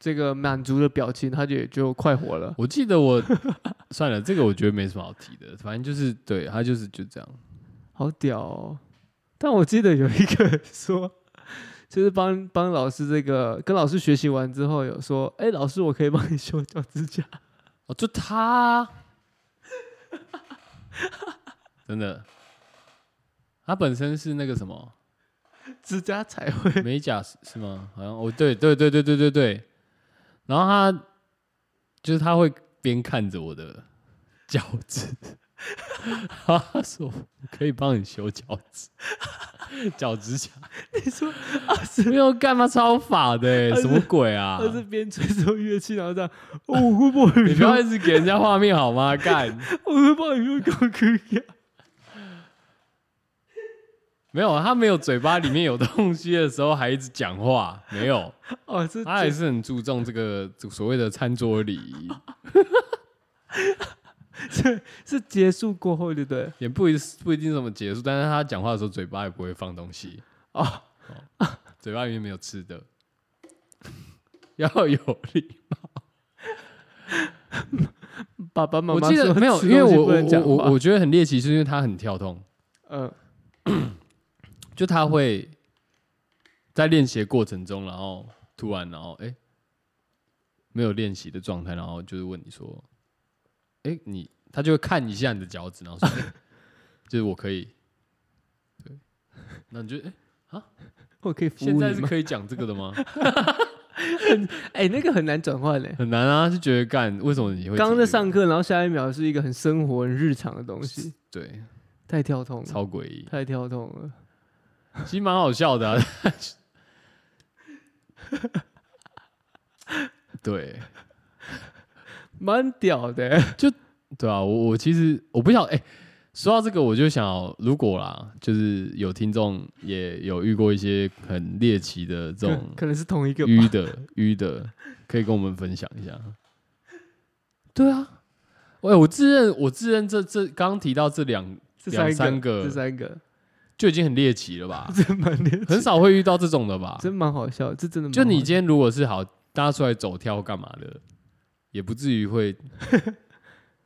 B: 这个满足的表情，他就也就快活了。
A: 我记得我 算了，这个我觉得没什么好提的，反正就是对他就是就这样，
B: 好屌哦！但我记得有一个说，就是帮帮老师这个跟老师学习完之后，有说，哎、老师，我可以帮你修脚指甲。
A: 哦，就他啊、真的，他本身是那个什 么。
B: 指甲彩绘，
A: 美甲是是吗？好像哦，对对对对对对对。然后他就是他会边看着我的 脚趾，然后他说：“我可以帮你修脚趾，脚指 甲。”你说没有干嘛超法的、欸，什么鬼啊
B: 他？是边吹奏乐器，然后这样，哦我会 帮
A: 你
B: 你
A: 不要
B: 修，
A: 一直给人家画面好吗？ 干
B: 我会帮你修高跟 鞋。
A: 没有，他没有嘴巴里面有东西的时候还一直讲话，没 有，
B: 哦，这
A: 他还是很注重这个所谓的餐桌礼仪。
B: 是结束过后，对不对？
A: 也不一不一定怎么结束，但是他讲话的时候嘴巴也不会放东西，
B: 哦，
A: 嘴巴里面没有吃的， 要有礼。
B: 爸爸妈
A: 我
B: 妈
A: 记得
B: 说
A: 没有，
B: 吃
A: 因为
B: 东西
A: 我
B: 不能
A: 我
B: 讲
A: 我
B: 话
A: 我觉得很猎奇，是因为他很跳动，
B: 嗯，
A: 就他会在练习的过程中，然后突然然后哎、诶没有练习的状态，然后就是问你说，哎、你他就会看一下你的脚趾，然 后说，诶就是我可以，对，那你就哎、诶
B: 我可以服务
A: 现在
B: 你
A: 是
B: 吗？
A: 可以讲这个的吗？
B: 哎、那个很难转换嘞。
A: 很难啊，就觉得干为什么你会
B: 刚刚在
A: 讲
B: 上课，然后下一秒是一个很生活、很日常的东西，
A: 这个对
B: 太跳痛了，
A: 超诡异，
B: 太跳痛了。
A: 其实蛮好笑的、 啊。对
B: 蛮屌的、欸。
A: 对啊，我我其实我不想哎、说到这个我就想要，如果啦，就是有听众也有遇过一些很猎奇的这种
B: 可可能是同一个吧。
A: 淤的淤的，可以跟我们分享一下。对啊，喂、我自认我自认这这刚提到这两
B: 这三个，
A: 两三个
B: 这三 个，？
A: 就已经很猎奇了吧
B: 真蛮厉害，
A: 很少会遇到这种的吧？
B: 真蛮好笑，这真的蛮好笑。
A: 就你今天如果是好，大家出来走跳干嘛的，也不至于 会，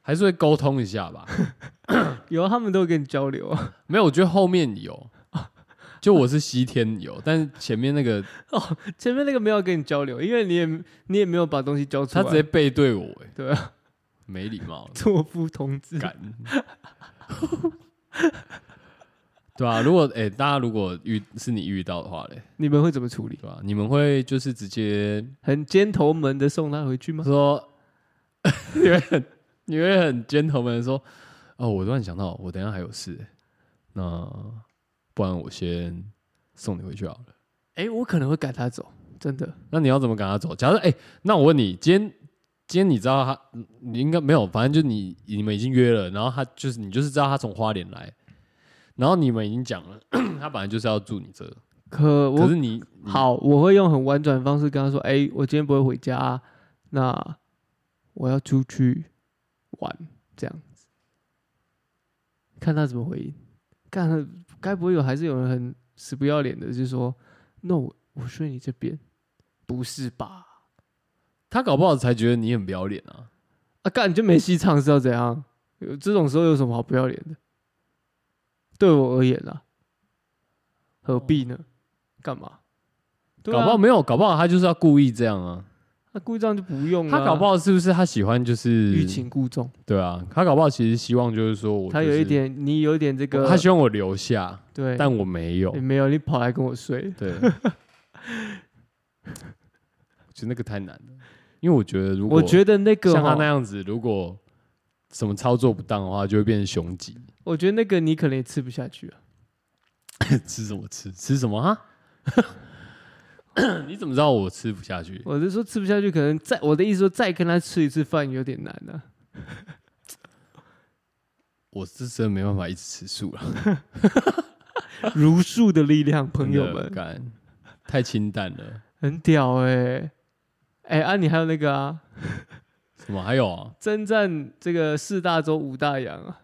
A: 还是会沟通一下吧。
B: 有啊他们都有跟你交流 啊，
A: 没有，我觉得后面有，就我是西天有，但是前面那 个
B: 前面那个没有跟你交流，因为你也你也没有把东西交出
A: 他
B: 来，
A: 直 接背对我、欸，
B: 对啊，
A: 没礼 貌，
B: 作夫同志，
A: 敢。对啊，如果哎、大家如果遇是你遇到的话嘞，
B: 你们会怎么处理？
A: 对吧、啊你们会就是直接
B: 很尖头门的送他回去吗？
A: 说， 你会很你会很 gentleman 地说，哦，我突然想到，我等一下还有事，那不然我先送你回去好了。
B: 哎、我可能会赶他走，真的。
A: 那你要怎么赶他走？假如哎、那我问你，今天今天你知道他，你应该没有，反正就你你们已经约了，然后他就是你就是知道他从花莲来，然后你们已经讲了， 他本来就是要住你这，
B: 可嗯
A: 可
B: 我
A: 是你你
B: 好，我会用很婉转的方式跟他说：“哎、我今天不会回家、啊那我要出去玩，这样子。”看他怎么回应。看他该不会有还是有人很死不要脸的，就说：“no，我我睡你这边，不是吧
A: 他搞不好才觉得你很不要脸啊。？”
B: 啊，干你就没戏唱是要怎样？有这种时候有什么好不要脸的？对我而言啊，何必呢？干嘛？对啊
A: 搞不好没有，搞不好他就是要故意这样啊。
B: 那故意这样就不用、啊。
A: 他搞不好是不是他喜欢就是
B: 欲擒故纵，
A: 对啊，他搞不好其实希望就是说我、
B: 他有一，点，你有一点这个，
A: 他希望我留下，
B: 对，
A: 但我没有
B: 你。没有，你跑来跟我睡，
A: 对，我觉得那个太难了，因为我觉得如果
B: 我觉得那个哦
A: 像他
B: 哈，
A: 那样子，如果什么操作不当的话，就会变成雄鸡。
B: 我觉得那个你可能也吃不下去啊，
A: 吃什么吃？吃什么 啊？你怎么知道我吃不下去？
B: 我是说吃不下去，可能再我的意思说再跟他吃一次饭有点难啊，
A: 我是真的没办法一直吃素啊了，
B: 如数的力量，朋
A: 真的
B: 友们，
A: 干太清淡了。
B: 很屌哎、哎、啊，你还有那个啊，
A: 什么还有啊？
B: 征战这个四大洲五大洋啊，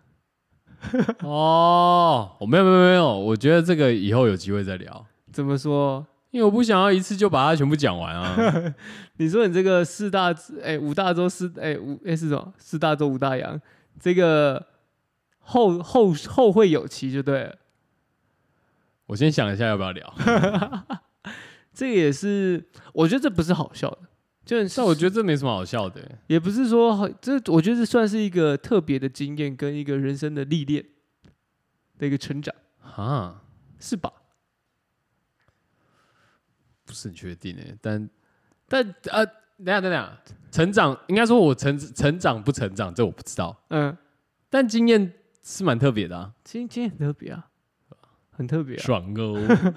A: 哦，我没有没有没有，我觉得这个以后有机会再聊，
B: 怎么说？
A: 因为我不想要一次就把它全部讲完 啊。
B: 你说你这个四大哎、五大洲四哎、五哎、是什么？四大洲五大洋，这个后后后会有期就对了。
A: 我先想一下要不要聊，
B: 这个也是，我觉得这不是好笑的，就是
A: 但我觉得这没什么好笑的、
B: 也不是说好这，我觉得这算是一个特别的经验跟一个人生的历练的一个成长，
A: 哈，
B: 是吧？
A: 不是很确定哎、但但呃，等一下等一下，成长应该说我成成长不成长，这我不知道，
B: 嗯，
A: 但经验是蛮特别的啊，
B: 今今天很特别啊，很特别啊！
A: 爽哦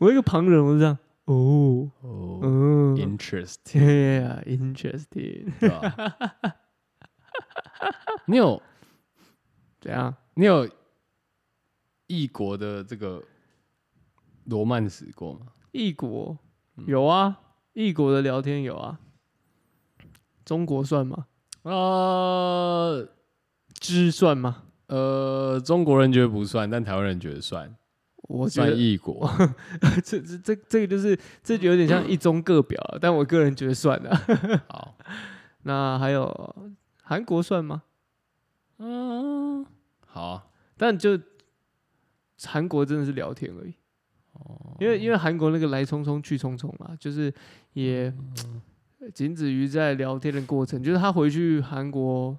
B: 我一个旁人，我就这样，哦，
A: 哦
B: 嗯
A: ，interest，
B: 啊，Yeah，interesting，
A: 对吧？ 你有
B: 怎样？
A: 你有异国的这个罗曼史过吗？
B: 异国有啊，
A: 嗯
B: 异国的聊天有啊，中国算吗？
A: 呃
B: 知算吗？
A: 呃，中国人觉得不算，但台湾人觉得算，
B: 我觉
A: 算
B: 得
A: 异国。
B: 这这这这个就是这就有点像一中各表啊，但我个人觉得算了。
A: 好，
B: 那还有韩国算吗？
A: 嗯，好啊，
B: 但就韩国真的是聊天而已，
A: 哦
B: 因为因为韩国那个来匆匆去匆匆嘛，就是也
A: 嗯
B: 呃仅止于在聊天的过程。就是他回去韩国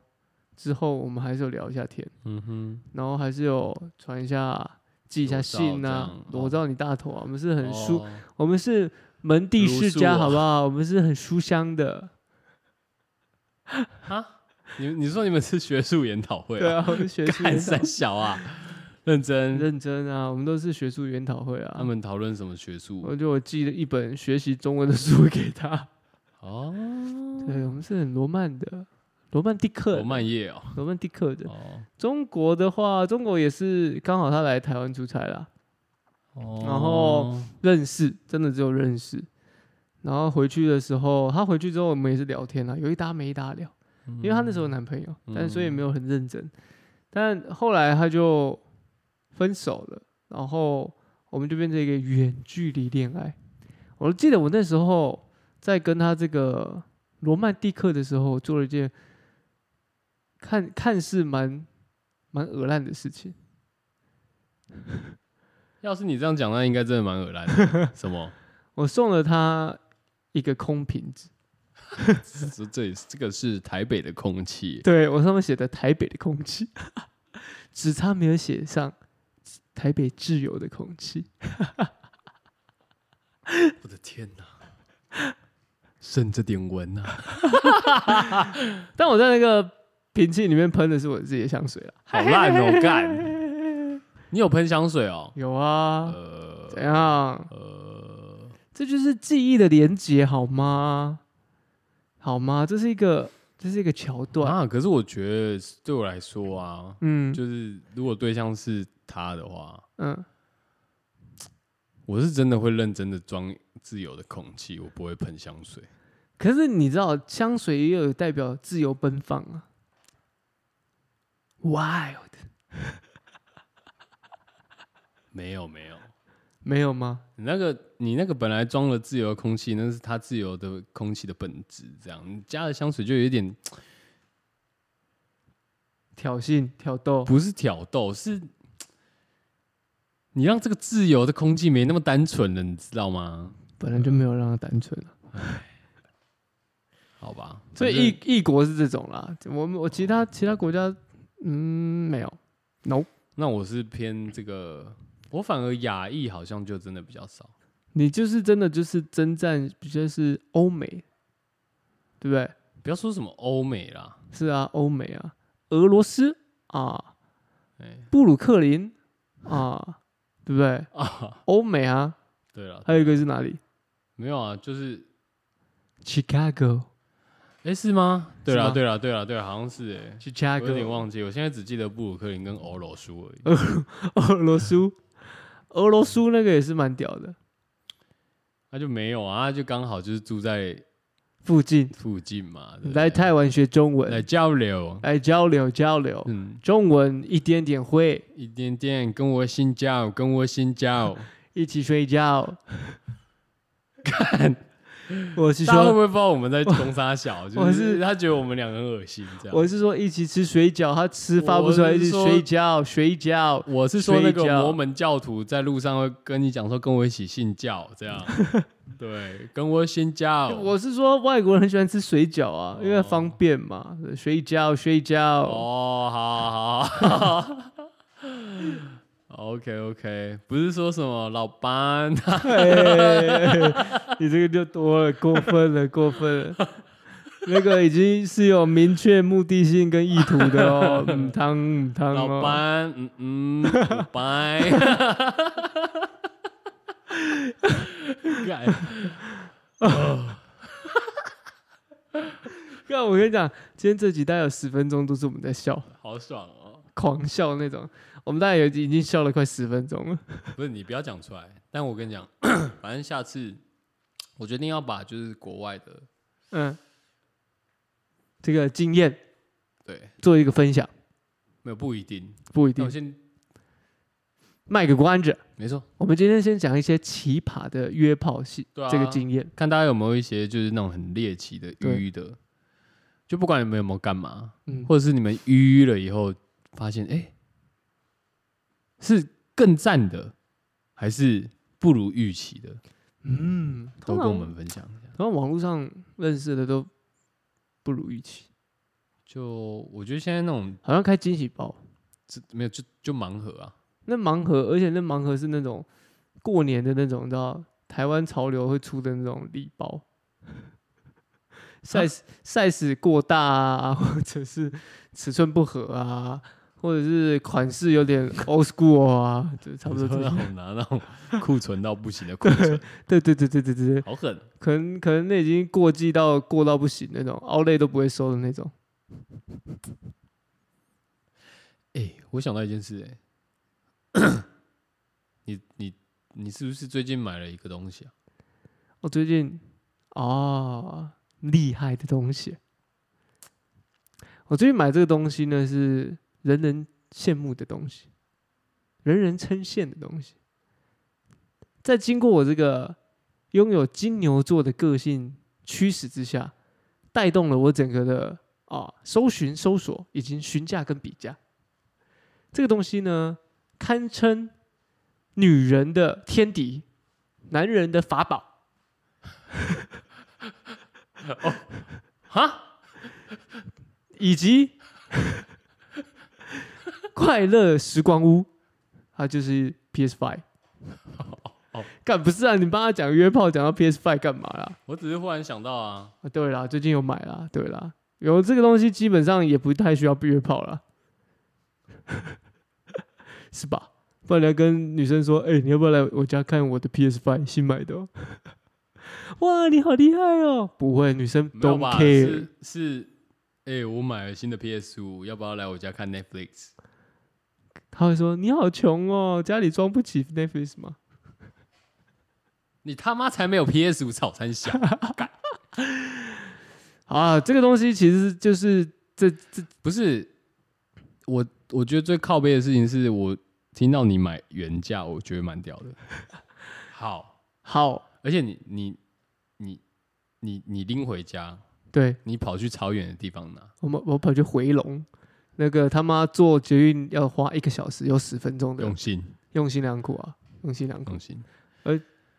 B: 之后，我们还是有聊一下天，
A: 嗯哼，
B: 然后还是有传一下寄一下信呐、
A: 裸照这样
B: 裸照你大头啊，我们是很舒，
A: 哦
B: 我们是门第世家，
A: 如数啊
B: 好不好？我们是很书香的，
A: 你你说你们是学术研讨会
B: 对
A: 啊？
B: 啊，我们学术
A: 看
B: 研
A: 三
B: 讨
A: 小啊，认
B: 很
A: 真。
B: 认真啊，我们都是学术研讨会啊。
A: 他们讨论什么学术？
B: 我就我寄了一本学习中文的书给他。
A: 哦，
B: 对，我们是很罗曼的，罗曼蒂克的，
A: 罗曼叶哦。
B: 罗曼蒂克的。
A: 哦
B: 中国的话，中国也是刚好他来台湾出差啦，
A: 哦
B: 然后认识，真的只有认识。然后回去的时候，他回去之后，我们也是聊天啊啦，有一搭没一搭聊，因为他那时候
A: 嗯
B: 有男朋友，但所以没有很认真。但后来他就分手了，然后我们就变成一个远距离恋爱。我记得我那时候在跟他这个罗曼蒂克的时候，做了一件看看似蛮蛮恶烂的事情。
A: 要是你这样讲，那应该真的蛮恶烂的。什么？
B: 我送了他一个空瓶子，
A: 这这这个是台北的空气，
B: 对我上面写的台北的空气， 只差没有写上台北自由的空气。
A: 我的天哪， 剩这点文呐、啊，
B: 但我在那个瓶器里面喷的是我自己的香水啦。啊
A: 好烂 哦！干，你有喷香水哦？
B: 有啊，
A: 呃
B: 怎样？呃，这就是记忆的连结，好吗？好吗？这是一个，这是一个桥段。
A: 啊，可是我觉得对我来说啊，
B: 嗯
A: 就是如果对象是他的话，
B: 嗯，
A: 我是真的会认真的装自由的空气，我不会喷香水。
B: 可是你知道，香水也有代表自由奔放啊，wild
A: 没有没有，
B: 没有吗？
A: 你那个你那个本来装了自由的空气，那是它自由的空气的本质，这样你加了香水就有一点
B: 挑衅挑逗，
A: 不是挑逗，是你让这个自由的空气没那么单纯了，你知道吗？
B: 本来就没有让他单纯啊
A: 好吧，
B: 所
A: 反正
B: 以异异国是这种啦。我们我其他其他国家，嗯，没有，no。
A: 那我是偏这个，我反而亚裔好像就真的比较少。
B: 你就是真的就是征战，比较是欧美，对不对？
A: 不要说什么欧美啦，
B: 是啊，欧美啊，俄罗斯啊，
A: 哎
B: 布鲁克林啊，对不对？
A: 啊，
B: 欧美啊，
A: 对了，
B: 还有一个是哪里
A: 没有啊，就是
B: ？Chicago，
A: 哎、是吗？对
B: 是
A: 啦，
B: 吗
A: 对啦，对啦，对啦，好像是哎、我
B: Chicago，
A: 有点忘记，我现在只记得布鲁克林跟欧罗书而已。
B: 呃俄罗斯，俄罗斯那个也是蛮屌的，
A: 他就没有啊，他就刚好就是住在
B: 附近
A: 附近嘛，对不
B: 来
A: 对
B: 台湾学中
A: 来
B: 文，
A: 交流，
B: 来交流交流，
A: 嗯，
B: 中文一点点会，
A: 一点点跟我信教，跟我信 教，
B: 一起 睡觉。看，我是
A: 大家会不
B: 说，
A: 会不知道我们在中沙小？就
B: 我
A: 是
B: 是
A: 他觉得我们两个很恶心这样。
B: 我是说一起吃水饺，他吃发不出来，
A: 我
B: 一
A: 是
B: 直
A: 说
B: 睡觉水饺。
A: 我是说那个
B: 睡觉
A: 摩门教徒在路上会跟你讲说跟我一起信教这 样，对，跟我信教，
B: 我是说外国人很喜欢吃水饺啊，因为方便嘛。水饺水 饺，
A: 哦，好好好好。OK OK，不是说什么老班，
B: 你这个就多了，过分 了，过分了。那个已经是有明确目的性跟意图 的哦，嗯汤嗯汤
A: 老
B: 哦，
A: 班，嗯嗯，老班，干
B: 看我跟你讲，今天这集大概有十分钟都是我们在笑，
A: 好爽哦！
B: 狂笑那种，我们大概有已经笑了快十分钟了。
A: 不是你不要讲出来，但我跟你讲， 反正下次我决定要把就是国外的，
B: 嗯，这个经验
A: 对，
B: 做一个分享，
A: 没有不一定，
B: 不一
A: 那我
B: 定
A: 先
B: 卖个关子。
A: 没错，
B: 我们今天先讲一些奇葩的约炮戏、
A: 对啊
B: 这个经验。
A: 看大家有没有一些就是那种很猎奇的
B: 对
A: 淤的，就不管你们有没有干嘛，
B: 嗯，
A: 或者是你们淤了以后发现，哎、是更赞的，还是不如预期的，
B: 嗯，
A: 都
B: 通
A: 跟
B: 常
A: 我们分享一下。
B: 通常网络上认识的都不如预期，
A: 就我觉得现在那种
B: 好像开惊喜包，
A: 这没有就就盲盒啊，
B: 那盲盒，而且那盲盒是那种过年的那种，你知道台湾潮流会出的那种礼包。size size 过大啊，或者是尺寸不合啊，或者是款式有点 old school 啊，就差不多
A: 你说 那
B: 这样。
A: 种拿那种库存到不行的库存，
B: 对对对对对对对，
A: 好狠。
B: 可能可能那已经过季到过到不行那种，奥类都不会收的那种。
A: 哎、我想到一件事、哎， 你你你是不是最近买了一个东西啊？
B: 我最近哦，厉害的东西。我最近买这个东西呢，是人人羡慕的东西，人人称羡的东西。在经过我这个拥有金牛座的个性驱使之下，带动了我整个的啊搜寻、搜索以及询价跟比价。这个东西呢，堪称女人的天敌，男人的法宝。
A: 哈，
B: 以 及快乐时光屋，它就是 PS Five
A: 哦。
B: 干不是啊？你帮他讲约炮，讲到 PS Five 干嘛啦？
A: 我只是忽然想到啊，
B: 啊，对啦，最近有买啦，对啦，有这个东西基本上也不太需要约炮啦， 是吧？不然你要跟女生说，哎、你要不要来我家看我的 PS Five 新买的、哦？ 哇，你好厉害哦！不会，女生
A: 没有
B: don't
A: 吧？
B: care。
A: 是是，哎、我买了新的 PS 五，要不要来我家看 Netflix？
B: 他会说：“你好穷哦，家里装不起 Netflix 吗
A: 你他妈才没有 PS 五早餐想，？”
B: 啊，这个东西其实就是这这
A: 不是？我我觉得最靠背的事情是我听到你买原价，我觉得蛮屌的。好，
B: 好
A: 而且你你你你你拎回家，
B: 对
A: 你跑去超远的地方拿，
B: 我们我跑去回笼，那个他妈坐捷运要花一个小时有十分钟的
A: 用心
B: 用心良苦啊，用心良苦，
A: 用心，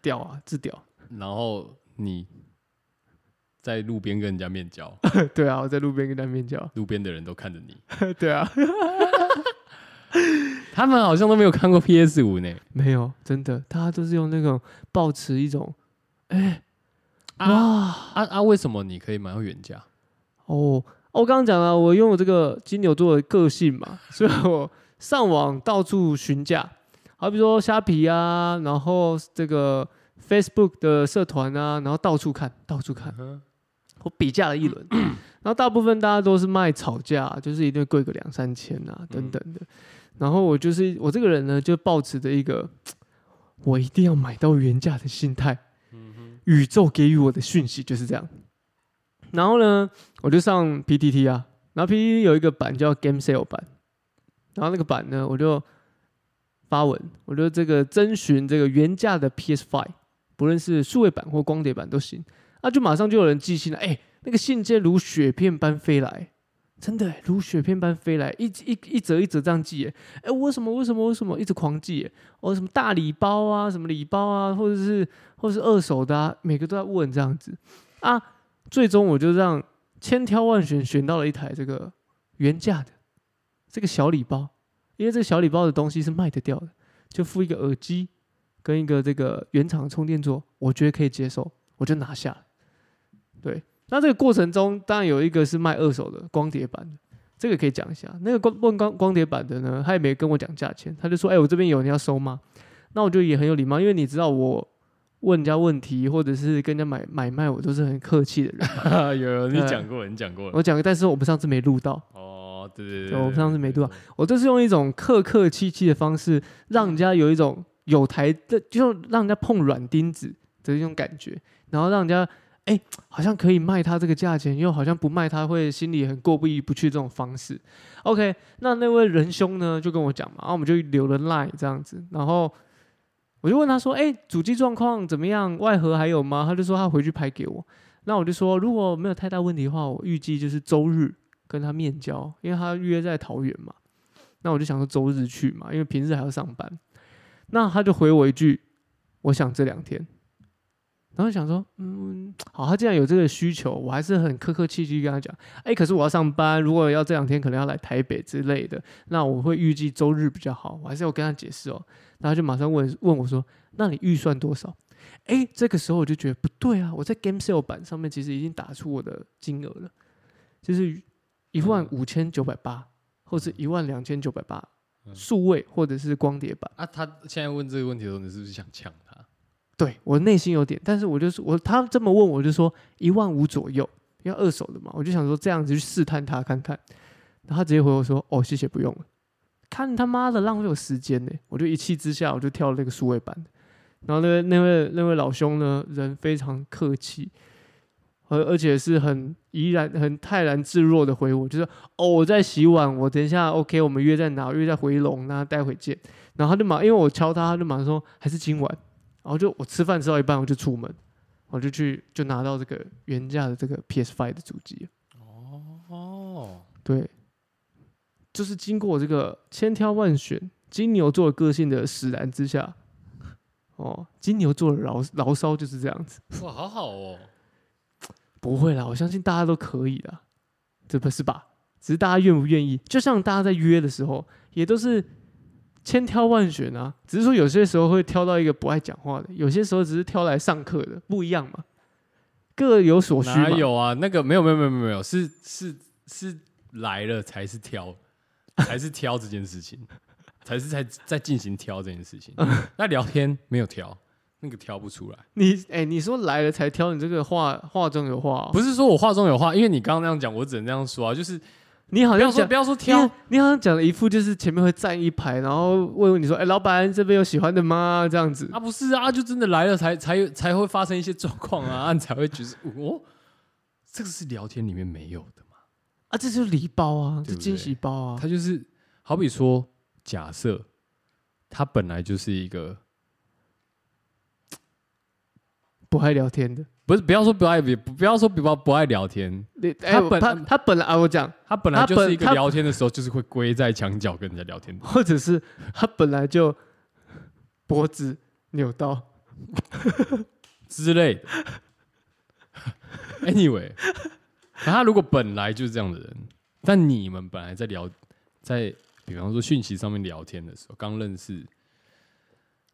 B: 屌啊，这屌！
A: 然后你在路边跟人家面交，
B: 对啊，我在路边跟他面交，
A: 路边的人都看着你，
B: 对啊，
A: 他们好像都没有看过 PS 五呢。
B: 没有真的，大家都是用那种抱持一种
A: 啊啊啊！为什么你可以买到原价？
B: 哦，哦我刚刚讲了，我拥有这个金牛座的个性嘛，所以我上网到处询价，好比说虾皮啊，然后这个 Facebook 的社团啊，然后到处看，到处看，我比价了一轮，然后大部分大家都是卖吵架，就是一定会贵个两三千啊等等的。然后我就是我这个人呢，就抱持着一个我一定要买到原价的心态。宇宙给予我的讯息就是这样。然后呢，我就上 PTT 啊，然后 PTT 有一个版叫 Game Sale 版，然后那个版呢，我就发文，我就这个征询这个原价的 PS Five，不论是数位版或光碟版都行。啊，就马上就有人寄信了，哎、那个信件如雪片般飞来，真的、如雪片般飞来，一一一折一折这样寄耶，哎、为什么为什么为什么一直狂寄耶？哦，什么大礼包啊，什么礼包啊，或者是或者是二手的啊，每个都在问这样子啊，最终我就让千挑万选选到了一台这个原价的这个小礼包，因为这个小礼包的东西是卖得掉的，就附一个耳机跟一个这个原厂的充电座，我觉得可以接受，我就拿下了。对，那这个过程中当然有一个是卖二手的光碟版的，这个可以讲一下。那个光问光光碟版的呢，他也没跟我讲价钱，他就说：“哎、我这边有，你要收吗？”那我就也很有礼貌，因为你知道我问人家问题或者是跟人家买买卖，我都是很客气 的人。
A: 有有，你讲过了，你讲过了。
B: 我讲，但是我们上次没录到，
A: 哦，对对
B: 对
A: 对，
B: 我们上次没录到啊我都是用一种客客气气的方式，让人家有一种有台的，就让人家碰软钉子的一种感觉，然后让人家哎、好像可以卖他这个价钱，又好像不卖他会心里很过不意不去这种方式。OK，那那位仁兄呢就跟我讲嘛，啊然后我们就留了 line 这样子，然后我就问他说，哎、主机状况怎么样？外盒还有吗？他就说他回去拍给我。那我就说，如果没有太大问题的话，我预计就是周日跟他面交，因为他约在桃园嘛。那我就想说周日去嘛，因为平日还要上班。那他就回我一句：“我想这两天。”然后想说，嗯，好，他既然有这个需求，我还是很客客气气跟他讲，哎，可是我要上班，如果要这两天可能要来台北之类的，那我会预计周日比较好，我还是要跟他解释哦。然后他就马上问问我说，那你预算多少？哎，这个时候我就觉得不对啊，我在 Game Sale 版上面其实已经打出我的金额了，就是一万五千九百八，或是一万两千九百八，
A: 嗯
B: 数位或者是光碟版。
A: 啊，他现在问这个问题的时候，你是不是想抢他？
B: 对我内心有点，但是我就是我他这么问我就说一万五左右，因为二手的嘛，我就想说这样子去试探他看看，然后他直接回我说哦谢谢不用了，看他妈的浪费我时间呢，我就一气之下我就跳了那个数位版的，然后那位那位那位老兄呢人非常客气，而而且是很怡然很泰然自若的回我，就是哦我在洗碗，我等一下 OK 我们约在哪约在回龙那待会见，然后他就马因为我敲他他就马上说还是今晚。然后就我吃饭吃到一半，我就出门，我就去就拿到这个原价的这个 PS Five 的主机了。
A: 哦，
B: 对，就是经过我这个千挑万选，金牛座个性的使然之下，哦，金牛座的牢牢骚就是这样子。
A: 哇，好好哦，
B: 不会啦，我相信大家都可以的，这不是吧？只是大家愿不愿意，就像大家在约的时候，也都是千挑万选啊。只是说有些时候会挑到一个不爱讲话的，有些时候只是挑来上课的，不一样嘛，各有所需嘛
A: 哪。有啊？那个没有没有没有没有没有，是是是来了才是 挑，才是挑这件事情，才是在在进行挑这件事情。那聊天没有挑，那个挑不出来。
B: 你哎、你说来了才挑，你这个话话中有话、哦，
A: 不是说我话中有话，因为你刚刚那样讲，我只能这样说啊，就是
B: 你好
A: 不要
B: 像
A: 说
B: 讲
A: 不要说
B: 你
A: 挑
B: 好，你好像讲了一副就是前面会站一排，然后问问你说，哎、老板这边有喜欢的吗？这样子。
A: 啊，不是啊，就真的来了才才才会发生一些状况 啊，啊你才会觉得哦，这个是聊天里面没有的嘛。
B: 啊，这就是礼包啊，
A: 对
B: 这
A: 不对
B: 惊喜包啊，
A: 他就是好比说，假设他本来就是一个
B: 不爱聊天的。
A: 不是不要说不爱不不要说不不爱聊天，
B: 你哎、
A: 他
B: 我
A: 本
B: 他他本来啊，我讲，
A: 他本来
B: 他
A: 就
B: 本
A: 是一个
B: 他
A: 聊天的时候就是会归在墙角跟人家聊天的。
B: 或者是他本来就脖子扭到，
A: 之类的。anyway，那他如果本来就是这样的人，但你们本来在聊，在比方说讯息上面聊天的时候，刚认识，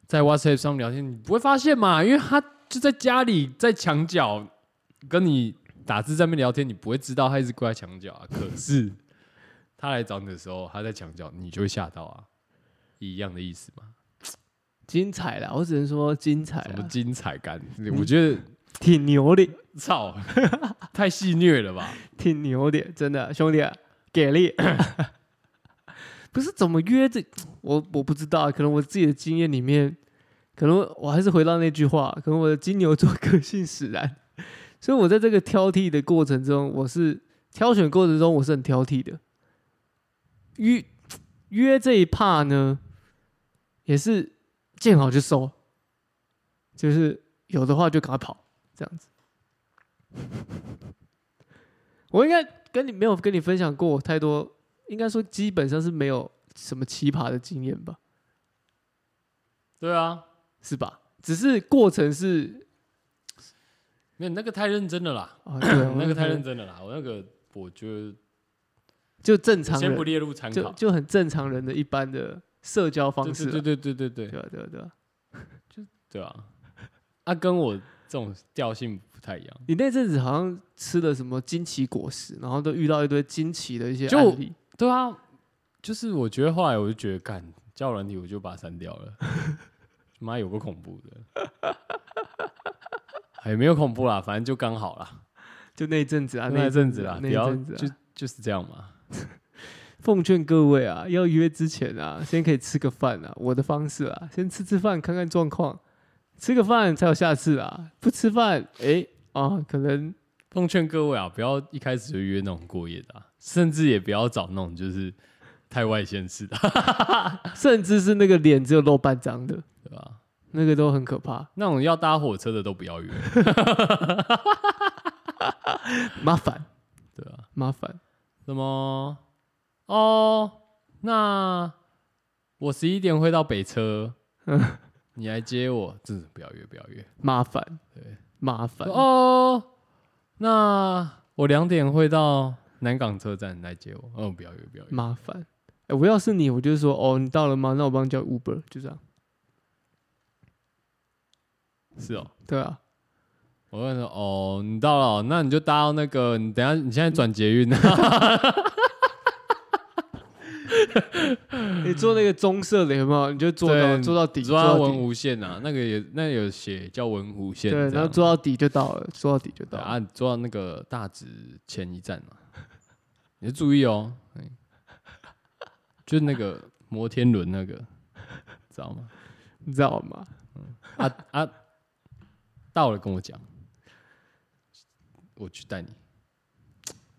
A: 在 WhatsApp 上面聊天，你不会发现嘛？因为他就在家里，在墙角跟你打字在那边聊天，你不会知道他一直跪在墙角啊。可是 他来找你的时候，他在墙角，你就会吓到啊，一样的意思嘛。
B: 精彩啦！我只能说精彩
A: 什么
B: 啦。
A: 精彩感？我觉得
B: 挺牛的，
A: 操， 太戏虐了吧？
B: 挺牛的，真的兄弟、啊，给力！ 不是怎么约这，我我不知道，可能我自己的经验里面，可能我还是回到那句话，可能我的金牛座 个性使然，所以我在这个挑剔的过程中，我是挑选过程中我是很挑剔的。约约这一趴呢，也是见好就收，就是有的话就赶快跑，这样子。我应该跟你没有跟你分享过我太多应该说基本上是没有什么奇葩的经验吧，
A: 对啊，
B: 是吧？只是过程是，
A: 没有那个太认真了啦，
B: 啊，对
A: ，那个太认，真了啦，我那个我觉得
B: 就正常
A: 先不
B: 人，
A: 列入参
B: 就
A: 考。
B: 就很正常人的一般的社交方式啊，
A: 对对对对对对
B: 对吧？对啊吧？对吧？
A: 对啊，啊，跟我这种调性不太一样。
B: 你那阵子好像吃了什么惊奇果实，然后都遇到一堆惊奇的一些
A: 就
B: 案例，
A: 对啊，就是我觉得后来我就觉得，干交友软体我就把它删掉 了，妈有个恐怖的，也没有恐怖啦，反正就刚好啦，
B: 就那一阵子啊，
A: 那
B: 一
A: 一阵子啦，
B: 那
A: 不
B: 一
A: 要、
B: 阵子啊
A: 就就是这样嘛。
B: 奉劝各位啊，要约之前啊，先可以吃个饭啊，我的方式啊，先吃吃饭看看状况，吃个饭才有下次啊，不吃饭，哎、啊，可能
A: 奉劝各位啊，不要一开始就约那种过夜的、啊，甚至也不要找那种就是太外县市的啊、
B: 甚至是那个脸只有露半张的，
A: 对吧？
B: 那个都很可怕，
A: 那种要搭火车的都不要约，
B: 麻烦
A: 对吧？
B: 麻烦。
A: 什么？哦，那我十一点会到北车，你来接我。这不要约，不要约。
B: 麻烦，
A: 对，
B: 麻烦哦，
A: 哦，那我两点会到南港车站来接我。哦，不要约，不要约。
B: 麻烦。哎、我要是你，我就说哦，你到了吗？那我帮你叫 Uber，就这样。
A: 是哦，
B: 对啊，
A: 我问说，哦，你到了哦，那你就搭到那个，你等一下，你现在转捷运。啊
B: 你做那个棕色的有没有？你就做到
A: 对
B: 做到底，
A: 你抓
B: 做到
A: 文
B: 底。
A: 湖线啊，那个也那有写叫文湖线这
B: 对，
A: 样，
B: 然后做到底就到了，做到底就到
A: 对
B: 了。
A: 啊，你坐到那个大直前一站嘛，你就注意哦，哎就是那个摩天轮那个，知道吗？
B: 你知道吗？
A: 啊啊，到了跟我讲，我去带你。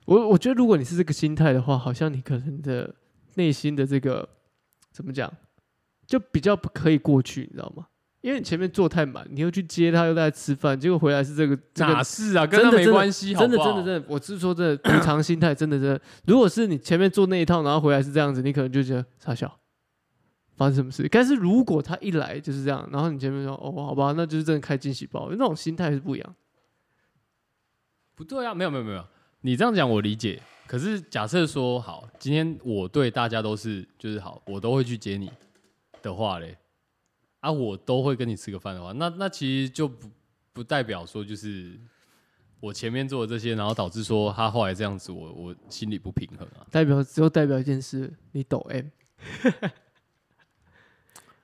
B: 我我觉得如果你是这个心态的话，好像你可能的内心的这个怎么讲，就比较不可以过去，你知道吗？因为你前面做太满，你又去接他，又带他吃饭，结果回来是这个这个
A: 哪是啊，
B: 真
A: 跟
B: 的
A: 他没
B: 真的
A: 关系，好
B: 真
A: 不
B: 的
A: 好
B: 真的真的，我是说 真的，补偿心态真的真的。如果是你前面做那一套，然后回来是这样子，你可能就觉得傻笑，发生什么事？但是如果他一来就是这样，然后你前面说哦，好吧，那就是真的开惊喜包，那种心态是不一样。
A: 不对啊，没有没有没有，你这样讲我理解。可是假设说好，今天我对大家都是就是好，我都会去接你的话嘞，啊，我都会跟你吃个饭的话，那那其实就不不代表说就是我前面做的这些，然后导致说他后来这样子，我我心里不平衡啊。
B: 代表只有代表一件事，你抖 M，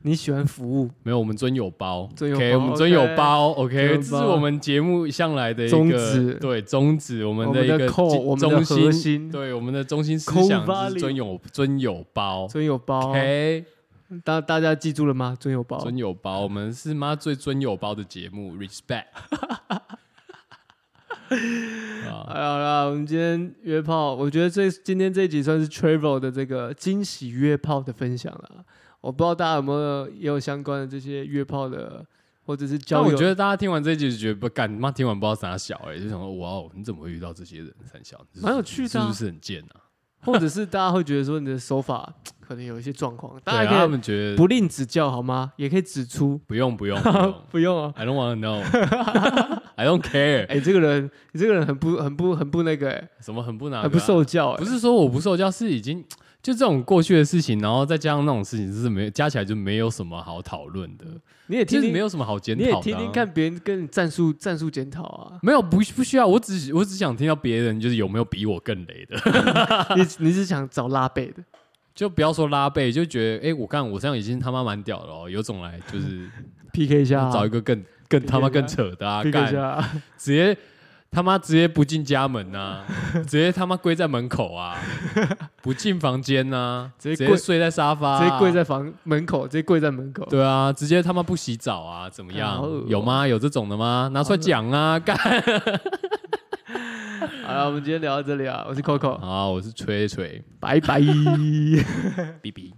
B: 你喜欢服务
A: 没有，我们尊有包
B: 尊有
A: ，OK，
B: 包
A: 我们尊有
B: OK
A: 包，OK，
B: 尊有
A: 这是
B: 包
A: 我们节目向来的一个
B: 宗旨
A: 对宗旨，我们
B: 我
A: 的
B: 们
A: 一个
B: 的扣，
A: 基
B: 我们
A: 中
B: 的核
A: 心
B: 心，
A: 对，我们的中心思
B: Core
A: 想就
B: value
A: 是尊有尊有包。
B: 尊有包，
A: 哦
B: 啊
A: OK，
B: 大大家记住了吗？尊有包，
A: 尊有包，我们是妈最尊有包的节目，respect。啊，
B: 哎呀好啦，我们今天约炮，我觉得这今天这一集算是 Travel 的这个惊喜约炮的分享了。我不知道大家有没有也有相关的这些约炮的，或者是
A: 但
B: 交
A: 我
B: 友。
A: 觉得大家听完这一集就觉得不干，妈听完不知道傻小哎、就想说哇哦，你怎么会遇到这些人三小？你是不是
B: 蛮有趣的啊
A: 是不是很贱啊？
B: 或者是大家会觉得说你的手法可能有一些状况，
A: 对
B: 大
A: 啊，
B: 家
A: 他
B: 可以
A: 们觉得
B: 不吝指教好吗？也可以指出，
A: 不用不用不 用
B: 不用啊。
A: ，I don't want to know，I don't care，
B: 哎、这个人，你这个人很不很不很不那个、欸，
A: 什么很不拿、
B: 很不受教、欸，
A: 啊不是说我不受教，是已经就这种过去的事情，然后再加上那种事情，就是没有加起来就没有什么好讨论的，
B: 你也
A: 其
B: 欸听
A: 实
B: 听，
A: 没有什么好检
B: 你
A: 讨的、。
B: 也听听，看别人跟你战术战术检讨啊
A: 没有不不需要，我只我只想听到别人就是有没有比我更雷的，
B: 你你是想找拉背的？
A: 就欸不要说拉背， 就觉得哎、我看我这样已经他妈蛮屌了哦，有种来就是
B: PK 一下啊、
A: 找一个更更他妈更扯的 啊！
B: 皮克
A: 干
B: 虾，
A: 直接他妈直接不进家门呐、啊， 直接他妈跪在门口啊，不进房间呐、啊，
B: 直接
A: 直
B: 跪
A: 接睡在沙发、啊，
B: 直接跪在房门口，直接跪在门口。
A: 对啊，直接他妈不洗澡啊，怎么
B: 干
A: 样
B: 好恶哦？
A: 有吗？有这种的吗？拿出来讲啊！干！
B: 好了，
A: 啊
B: 我们今天聊到这里啊，我是 Coco，
A: 好，我是锤锤
B: 拜拜。
A: ，B B。